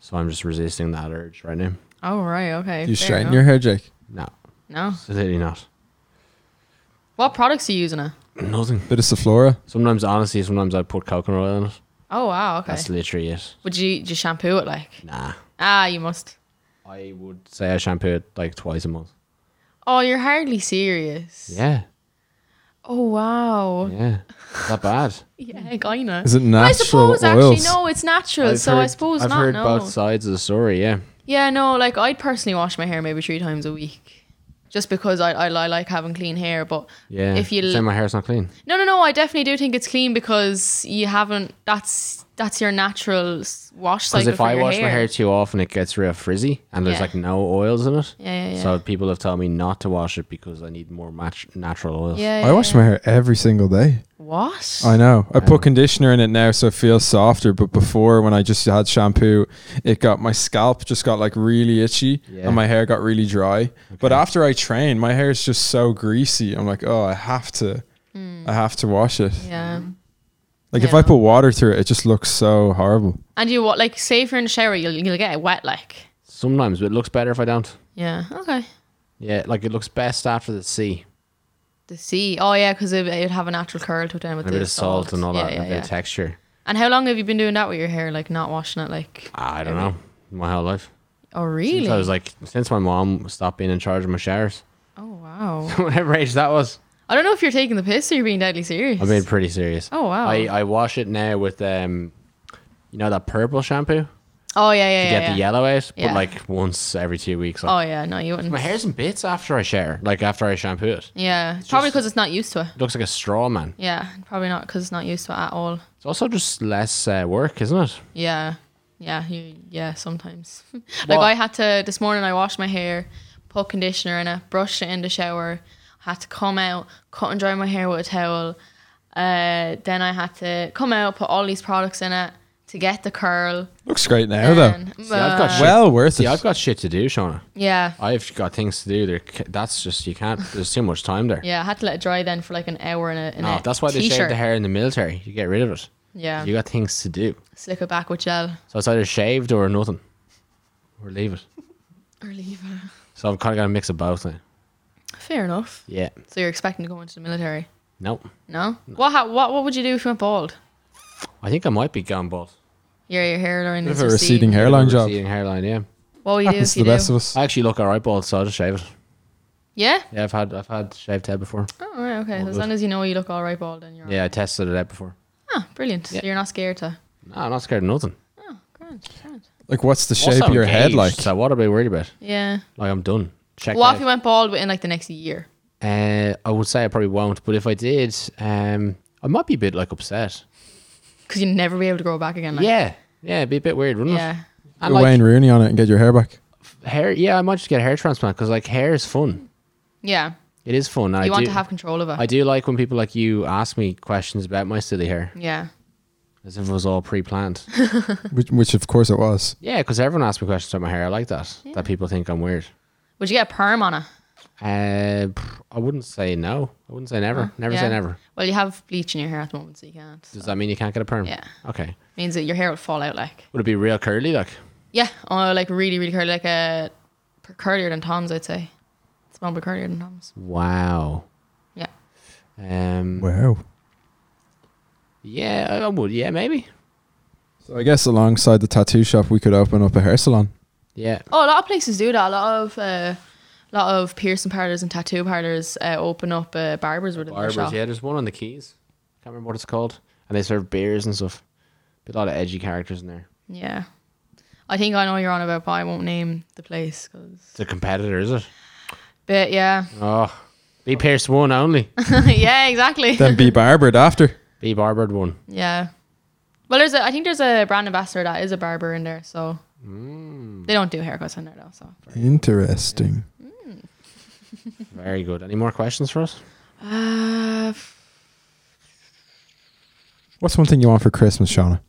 So I'm just resisting that urge right now. Oh right. Okay. Do you fair straighten enough. your hair, Jake? No, No. absolutely not. What products are you using? Now? Nothing. Bit of Sephora. Sometimes, honestly, sometimes I put coconut oil in it. Oh wow. Okay. That's literally it. Would you do you shampoo it like? Nah. Ah, you must. I would say I shampoo it like twice a month. Oh, you're hardly serious. Yeah. Oh wow. Yeah. Is that bad? Yeah, kinda. Is it I natural oils? suppose actually no, it's natural, so I heard- suppose I've not. heard no. both sides of the story, yeah. Yeah, no, like I'd personally wash my hair maybe three times a week, just because I I, I like having clean hair. But Yeah. if you say my hair's not clean. no no no, I definitely do think it's clean because you haven't. That's that's your natural s- wash Because cycle. if for I your wash hair. my hair too often, it gets real frizzy and there's Yeah. like no oils in it. Yeah, yeah, yeah. So people have told me not to wash it because I need more match- natural oils. yeah, yeah, I wash yeah. my hair every single day. What? I know. I put conditioner in it now, so it feels softer. But before, when I just had shampoo, it got my scalp just got like really itchy, Yeah. and my hair got really dry. But after I train, my hair is just so greasy. I'm like, oh, I have to, I have to wash it. Hmm. yeah. Like if Yeah. I put water through it, it just looks so horrible. And you what? Like, say if you're in the shower, you'll you'll get it wet. Like, Sometimes, but it looks better if I don't. yeah, okay. Yeah, like it looks best after the sea. The sea. Oh yeah, because it, it'd have a natural curl to it then with And a the bit of salt, and all Yeah, that, and yeah, a bit yeah. of texture. And how long have you been doing that with your hair? Like not washing it? Like I don't know. My whole life. oh Since really? I was like, since my mom stopped being in charge of my showers, oh wow. whatever age that was, I don't know if you're taking the piss or you're being deadly serious. I've been pretty serious. Oh, wow. I, uh, I wash it now with um, you know that purple shampoo oh yeah, yeah, to get yeah. the uh, yeah. yellow out, Yeah. but like once every two weeks. Oh Like, yeah, no, you wouldn't. My hair's in bits after I shower, like after I shampoo it. Yeah, probably just- because it's not used to it. It looks like a straw man. Yeah, probably not because it's not used to it at all. It's also just less uh, work, isn't it? Yeah, yeah, you, yeah. Sometimes, like What- I had to this morning. I washed my hair, put conditioner in it, brushed it in the shower. Had to come out, cut and dry my hair with a towel. Uh, then I had to come out, put all these products in it to get the curl. Looks great now Then- though. See, I've got Uh, shit. Well worth See, it. I've got shit to do, Shauna. yeah, I've got things to do. There, c- that's just you can't. There's too much time there. yeah. I had to let it dry then for like an hour in a. In No, a that's why they t-shirt. shave the hair in the military. You get rid of it. Yeah, You got things to do. slick it back with gel. So it's either shaved or nothing, or leave it. Or leave it. So I've kind of got a mix of both now. Fair enough. Yeah. So you're expecting to go into the military? Nope. No. What? How, what? What would you do if you went bald? I think I might be gone bald. Your your hairline Bit is of a receding receding. hairline job. Receding hairline. Yeah. What Ah, would you do Happens if to you the do? best of us. I actually look alright bald, so I just shave it. Yeah. Yeah, I've had I've had shaved head before. Oh, all right, okay. All as good. long as you know you look all right bald and you're Yeah, I tested it out before. Ah, brilliant. So Yeah. you're not scared to. No, I'm not scared of nothing. Oh, grand, grand. Like, what's the shape Also of your head engaged, like? So what are we worried about? Yeah. Like I'm done. Check. What if out. you went bald within like the next year? Uh, I would say I probably won't, but if I did, um, I might be a bit like upset. Because you'd never be able to grow back again. Like, yeah, yeah, it'd be a bit weird, wouldn't Yeah. it? Go And like Wayne Rooney on it and get your hair back. hair, yeah, I might just get a hair transplant because like hair is fun. Yeah. It is fun. and You I want do, to have control of it. I do like when people like you ask me questions about my silly hair, yeah. as if it was all pre-planned. Which, which of course it was. yeah, because everyone asks me questions about my hair. I like that. That people think I'm weird. Would you get a perm on it? Uh, pff, I wouldn't say no. I wouldn't say never. never Oh, Yeah. say never. Well, you have bleach in your hair at the moment, so you can't. Does that mean you can't get a perm? Yeah. Okay. means that your hair will fall out like. Would it be real curly like? Yeah. Oh, like really, really curly. Like a curlier than Tom's, I'd say. It's a bit curlier than Tom's. Wow. Yeah. Um. Wow. Yeah, I- I would. Yeah, maybe. So I guess alongside the tattoo shop, we could open up a hair salon. Yeah. Oh, a lot of places do that. A lot of uh, lot of piercing parlors and tattoo parlors uh, open up uh, barbers within Barbers. their shop. Yeah, there's one on the keys. Can't remember what it's called. And they serve beers and stuff. But a lot of edgy characters in there. Yeah. I think I know what you're on about, but I won't name the place. 'cause- It's a competitor, is it? But yeah, Oh, be pierced one only. yeah, exactly. Then be barbered after. be barbered one. yeah. Well, there's a. I think there's a brand ambassador that is a barber in there, so Mm. they don't do haircuts in there though. So Interesting. Very good. Any more questions for us? uh, f- What's one thing you want for Christmas, Shauna?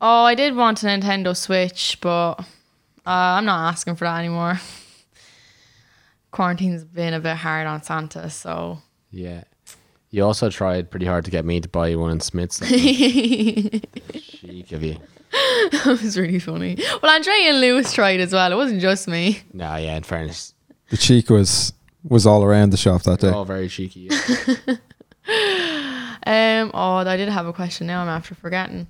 oh, I did want a Nintendo Switch, but uh, I'm not asking for that anymore. Quarantine's been a bit hard on Santa, so Yeah. You also tried pretty hard to get me to buy you one in Smith's. it Cheek of you. was really funny. Well, Andre and Lewis tried as well. It wasn't just me. Nah, yeah, in fairness. The cheek was was all around the shop that They're day. all very cheeky. Um. Oh, I did have a question. Now I'm after forgetting.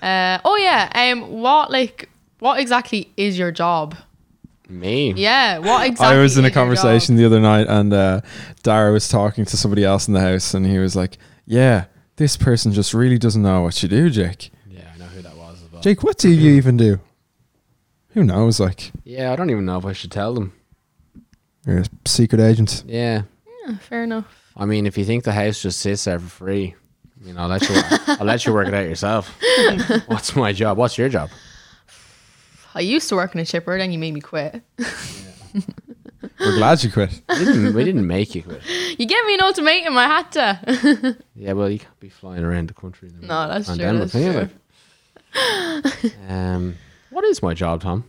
Uh. Oh yeah. Um. What like? What exactly is your job? me? Yeah. What exactly? I was in a is your job? conversation the other night, and uh, Dara was talking to somebody else in the house, and he was like, "Yeah, this person just really doesn't know what you do, Jake. Yeah, I know who that was as well. Jake, what do you even do? Who knows? Like, Yeah, I don't even know if I should tell them. you're a secret agent. Yeah. Yeah, fair enough. I mean, if you think the house just sits there for free, I mean, I'll let you. I'll let you work it out yourself. What's my job? What's your job? I used to work in a chipper, then you made me quit. We're glad you quit. We didn't, we didn't make you quit. You gave me an ultimatum. I had to. Yeah, well, you can't be flying around the country. in the No, that's true, pandemic, that's true. yeah. Um, what is my job, Tom?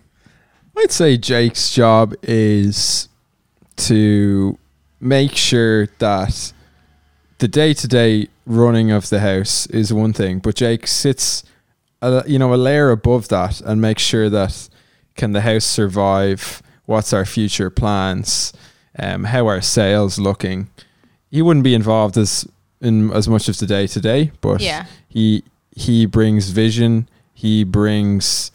I'd say Jake's job is to make sure that the day to day running of the house is one thing, but Jake sits, a, you know, a layer above that and makes sure that can the house survive? What's our future plans? Um, how are sales looking? He wouldn't be involved as in as much of the day to day, but Yeah. he he brings vision. He brings,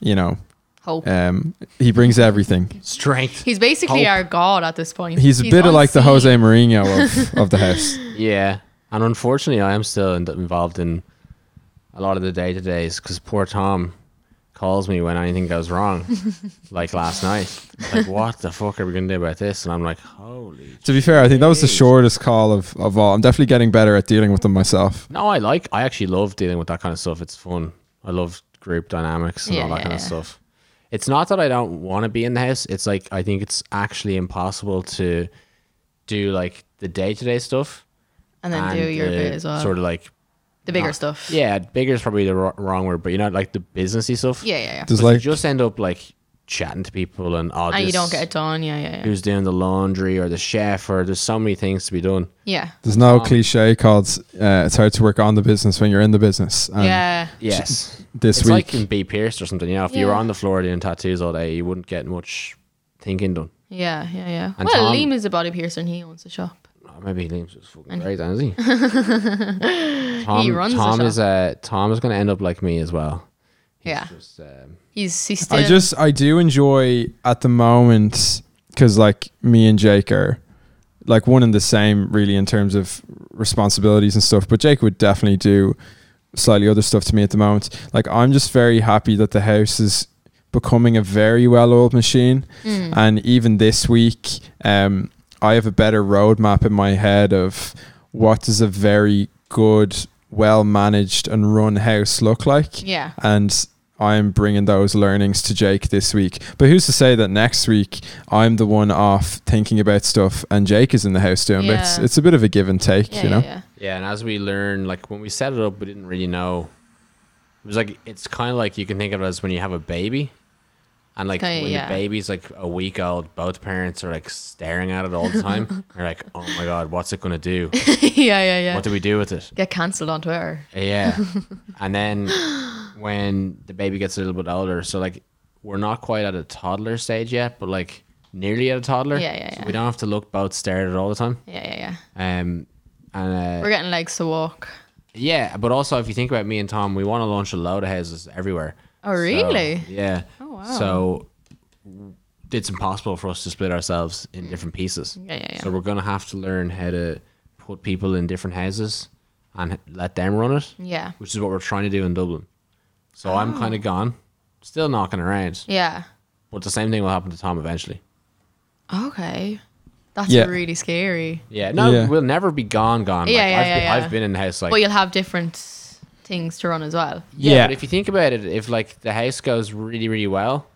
you know, Hope. um, he brings everything. Strength. He's basically hope. our god at this point. He's a bit of like the unseen. Jose Mourinho of, of the house. Yeah, and unfortunately, I am still in, involved in a lot of the day to days because poor Tom calls me when anything goes wrong, like last night. He's Like, what the fuck are we gonna do about this? And I'm like, holy To be fair, I think that was the shortest call of, of all. I'm definitely getting better at dealing with them myself. No, I like. I actually love dealing with that kind of stuff. It's fun. I love group dynamics and all Yeah, that kind of yeah. stuff. It's not that I don't want to be in the house. It's like I think it's actually impossible to do like the day to day stuff And then do your the bit as well. Sort of like the bigger not- stuff. yeah, bigger is probably the wr- wrong word, but you know, like the businessy stuff. Yeah. Yeah. yeah. There's But you like just end up like chatting to people and all. And you this- don't get it done. Yeah. Yeah. Yeah. Who's doing the laundry or the chef or there's so many things to be done. Yeah. there's no cliche called uh, it's hard to work on the business when you're in the business. And yeah. Yes. This it's week like in B Pierced or something. You know, if you were Yeah. on the floor doing tattoos all day, you wouldn't get much thinking done. Yeah, yeah, yeah. And well, Tom- Liam is a body piercer and he owns a shop. Oh, maybe Liam's just fucking great, then, is he? Tom, He runs the Tom is shop. uh, Tom is going to end up like me as well. He's yeah. just, um, He's he's still I just I do enjoy at the moment because like me and Jake are like one and the same really in terms of responsibilities and stuff. But Jake would definitely do slightly other stuff to me at the moment. Like I'm just very happy that the house is becoming a very well-oiled machine. And even this week, um, I have a better roadmap in my head of what does a very good, well-managed and run house look like Yeah. and I'm bringing those learnings to Jake this week. But who's to say that next week I'm the one off thinking about stuff and Jake is in the house doing bits? Yeah. It's a bit of a give and take, Yeah, you know. yeah, yeah. Yeah, and as we learn, like when we set it up, we didn't really know. It was like it's kind of like you can think of it as when you have a baby, and like Kinda, when Oh, yeah. your baby's like a week old, both parents are like staring at it all the time. You're like, oh my god, what's it gonna do? yeah, yeah, yeah. What do we do with it? Get cancelled on Twitter. Yeah, and then when the baby gets a little bit older, so like we're not quite at a toddler stage yet, but like nearly at a toddler. Yeah, yeah, So yeah. we don't have to look both stare at it all the time. Yeah, yeah, yeah. Um, and uh, We're getting legs to walk. Yeah, but also if you think about me and Tom, we want to launch a load of houses everywhere. Oh, So, really? yeah. Oh, wow. So it's impossible for us to split ourselves in different pieces. Yeah, yeah, yeah. So we're gonna have to learn how to put people in different houses and let them run it, Yeah. which is what we're trying to do in Dublin. So Ah. I'm kind of gone, still knocking around, Yeah. but the same thing will happen to Tom eventually. Okay. That's Yeah. really scary. Yeah, no, Yeah. we'll never be gone, gone. Yeah, like, yeah, I've, yeah, been, yeah. I've been in the house like But you'll have different things to run as well. Yeah, Yeah. but if you think about it, if like the house goes really, really well,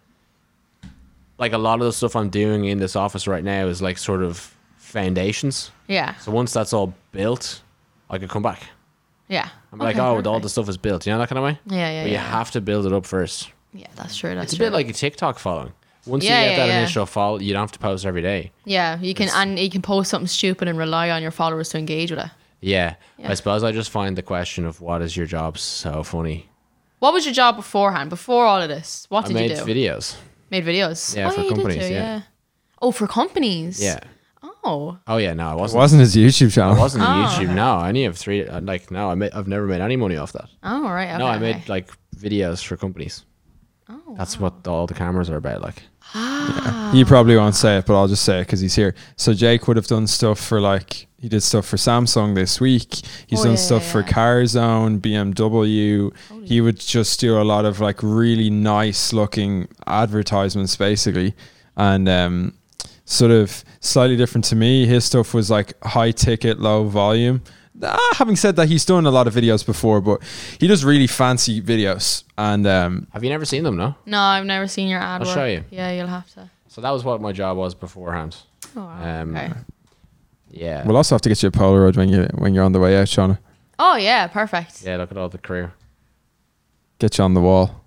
like a lot of the stuff I'm doing in this office right now is like sort of foundations. Yeah. So once that's all built, I could come back. Yeah. I'm like, oh, all the stuff is built. You know that kind of way. Yeah, yeah, But you yeah. have to build it up first. Yeah, that's true. That's It's a true. bit like a TikTok following. Once Yeah, you get yeah, that yeah. initial follow, you don't have to post every day. yeah, you can it's- and you can post something stupid and rely on your followers to engage with it. Yeah. Yeah. I suppose I just find the question of what is your job so funny. What was your job beforehand? Before all of this, what I did made you do? videos. made videos. Yeah, for you did companies, yeah. Oh, for companies. Yeah. Oh. Oh yeah. No, I It wasn't. wasn't his YouTube I channel. wasn't Oh, YouTube. okay. No, I only have three. uh, Like, no, I made, I've never made any money off that. Oh, all right. Okay, no, I okay. made like videos for companies. Oh. That's what all the cameras are about. Like, Ah. He probably won't say it, but I'll just say it because he's here. So Jake would have done stuff for like he did stuff for Samsung this week. He's Oh, done yeah, stuff yeah, for yeah. CarZone, BMW. Holy- He would just do a lot of like really nice looking advertisements, basically, and um, sort of slightly different to me. His stuff was like high ticket, low volume. Ah, having said that, he's done a lot of videos before, but he does really fancy videos, and um, have you never seen them? No. No, I've never seen your ad. I'll work. show you. Yeah, you'll have to. So that was what my job was beforehand. Oh, wow. Um, okay. Yeah. we'll also have to get you a Polaroid when you when you're on the way out, Shauna. Oh yeah, perfect. yeah. Look at all the career. Get you on the wall.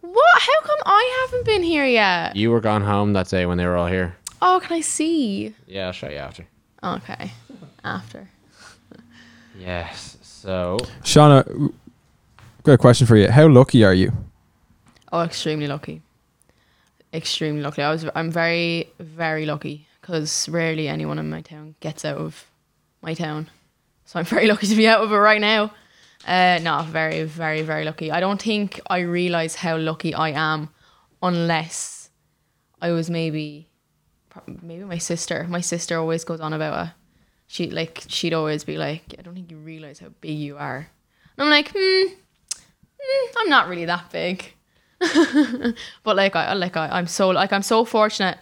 What? How come I haven't been here yet? You were gone home that day when they were all here. Oh, can I see? Yeah, I'll show you after. Okay. After. Yes. So Shauna, w- got a question for you. How lucky are you? Oh, extremely lucky. Extremely lucky. I was. I'm very, very lucky because rarely anyone in my town gets out of my town, so I'm very lucky to be out of it right now. Uh, no, very, very, very lucky. I don't think I realize how lucky I am unless I was maybe, prob- maybe my sister. My sister always goes on about it. She like she'd always be like, I don't think you realize how big you are. And I'm like, hmm, mm, I'm not really that big. but like I like I, I'm so like I'm so fortunate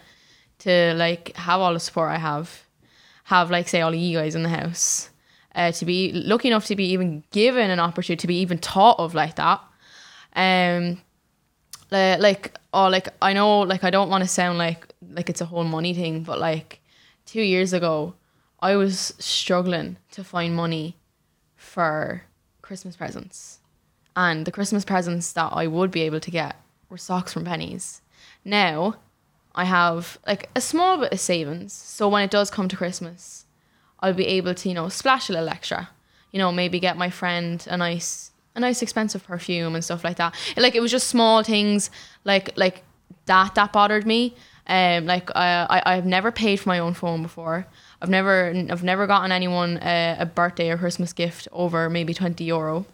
to like have all the support I have, have like say all of you guys in the house, uh, to be lucky enough to be even given an opportunity to be even taught of like that, um, li- like oh like I know like I don't want to sound like like it's a whole money thing, but like two years ago, I was struggling to find money for Christmas presents and the Christmas presents that I would be able to get were socks from pennies. Now I have like a small bit of savings, so when it does come to Christmas, I'll be able to you know splash a little extra, you know maybe get my friend a nice a nice expensive perfume and stuff like that. Like it was just small things like like that that bothered me. Um, like I, I I've never paid for my own phone before. I've never I've never gotten anyone a, a birthday or Christmas gift over maybe twenty euro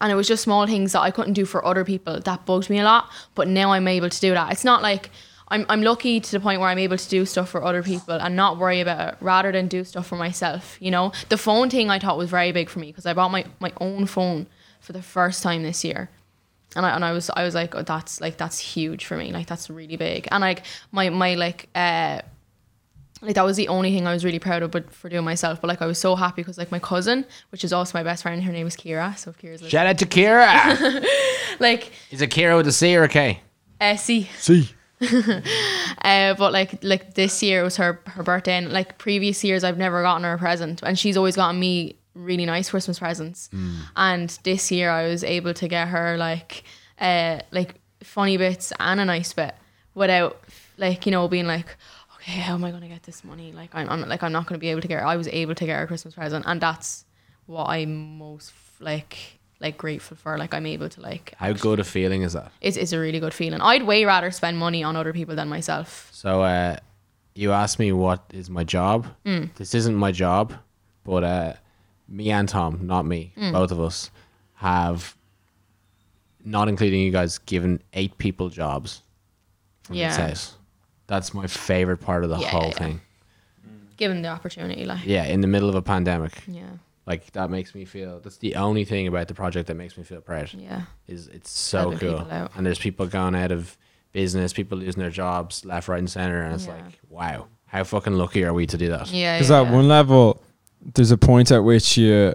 and it was just small things that I couldn't do for other people that bugged me a lot. But now I'm able to do that. It's not like I'm I'm lucky to the point where I'm able to do stuff for other people and not worry about it, rather than do stuff for myself. You know, the phone thing I thought was very big for me because I bought my my own phone for the first time this year. And I, and I was I was like oh, that's like that's huge for me like that's really big and like my my like uh like that was the only thing I was really proud of but for doing myself but like I was so happy because like my cousin which is also my best friend her name is Kira so if Kira's like, Shout out to Kira. like Is it Kira with a C or a K? Essie C. Uh, but like like this year was her her birthday, and like previous years I've never gotten her a present, and she's always gotten me really nice Christmas presents. And this year I was able to get her like uh like funny bits and a nice bit without like you know being like. Okay, how am I gonna get this money? Like I'm, I'm like I'm not gonna be able to get. Her. I was able to get her a Christmas present, and that's what I'm most like like grateful for. Like I'm able to like How good a feeling is that? it's it's a really good feeling. I'd way rather spend money on other people than myself. So uh, you asked me what is my job. Mm. This isn't my job, but uh, me and Tom, not me, Mm. both of us have, not including you guys, given eight people jobs from Yeah. this house. That's my favorite part of the Yeah, whole yeah, yeah. thing. given the opportunity like Yeah, in the middle of a pandemic. yeah Like that makes me feel. That's the only thing about the project that makes me feel proud. yeah Is it's so Helping cool, people out. and there's people going out of business, people losing their jobs left, right, and center, and it's Yeah. like, wow, how fucking lucky are we to do that? yeah Because yeah, at yeah. one level, there's a point at which you,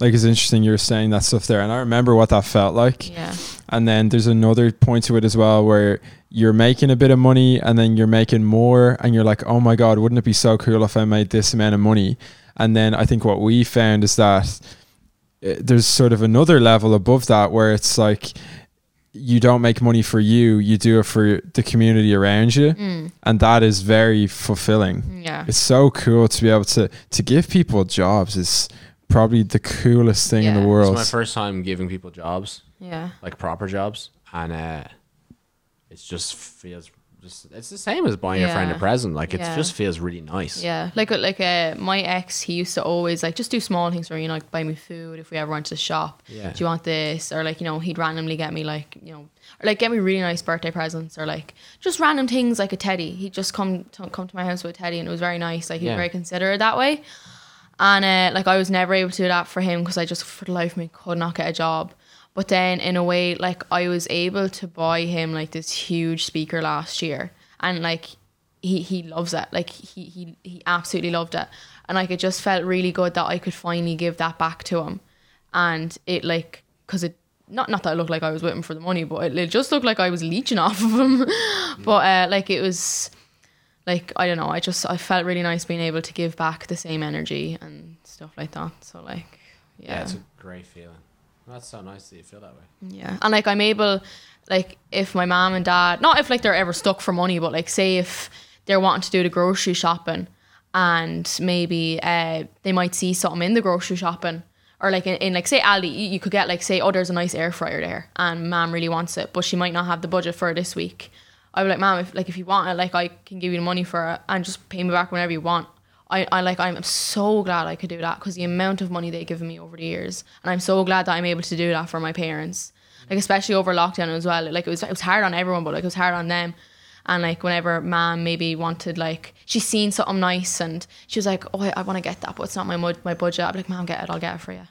like, it's interesting you're saying that stuff there. And I remember what that felt like. yeah And then there's another point to it as well where you're making a bit of money and then you're making more. And you're like, oh my God, wouldn't it be so cool if I made this amount of money? And then I think what we found is that uh, there's sort of another level above that where it's like, you don't make money for you, you do it for the community around you. And that is very fulfilling. Mm, yeah It's so cool to be able to to give people jobs is probably the coolest thing in Yeah. the It's world. It's my first time giving people jobs, yeah like proper jobs, and uh, it just feels just it's the same as buying your friend a Yeah. present. Like it Yeah. just feels really nice. yeah like uh, like uh, my ex he used to always like just do small things for me you know, like buy me food if we ever went to the shop Yeah. do you want this or like you know he'd randomly get me like you know or like get me really nice birthday presents or like just random things like a teddy he'd just come to, come to my house with a teddy and it was very nice like he was Yeah. very considerate that way and uh, like I was never able to do that for him because I just for the life of me could not get a job. But then in a way, like I was able to buy him like this huge speaker last year, and like he he loves it. Like he he he absolutely loved it, and like it just felt really good that I could finally give that back to him, and it like because it. Not, not that it looked like I was waiting for the money, but it, it just looked like I was leeching off of him. but uh, like it was, like I don't know, I just I felt really nice being able to give back the same energy and stuff like that. So like Yeah, yeah. it's a great feeling. That's so nice that you feel that way. Yeah. And like I'm able like if my mom and dad not if like they're ever stuck for money, but like say if they're wanting to do the grocery shopping and maybe uh they might see something in the grocery shopping. Or like in, in like say Aldi, you, you could get like say, Oh, there's a nice air fryer there and mom really wants it, but she might not have the budget for it this week. I would like, Mom, if like if you want it, like I can give you the money for it and just pay me back whenever you want. I, I like I'm so glad I could do that because the amount of money they've given me over the years, and I'm so glad that I'm able to do that for my parents. Like especially over lockdown as well. Like it was it was hard on everyone, but like it was hard on them. And like whenever mom maybe wanted like she's seen something nice and she was like, oh I, I want to get that, but it's not my mud, my budget. I'd be like, mom, get it, I'll get it for you.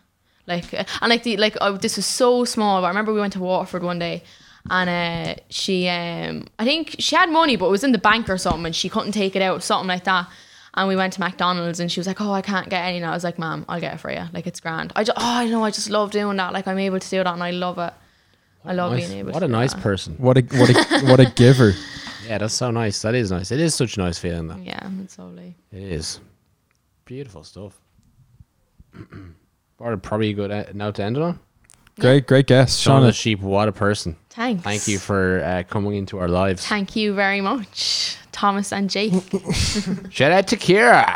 Like uh, and like the like oh, this was so small. But I remember we went to Waterford one day. And uh, she, um, I think she had money, but it was in the bank or something, and she couldn't take it out, something like that. And we went to McDonald's and she was like, Oh, I can't get any. And I was like, Ma'am, I'll get it for you. Like, it's grand. I just, oh, I know, I just love doing that. Like, I'm able to do that and I love it. I love Nice- being able what to a do nice that. person. what a what a what a giver. Yeah, that's so nice. That is nice. It is such a nice feeling though. Yeah, it's lovely. It is. Beautiful stuff. Or Probably a good uh, note to end it on. Great, great guess, Sean the Shauna. Sheep, what a person. Thanks. Thank you for uh, coming into our lives. Thank you very much, Thomas and Jake. Shout out to Kira.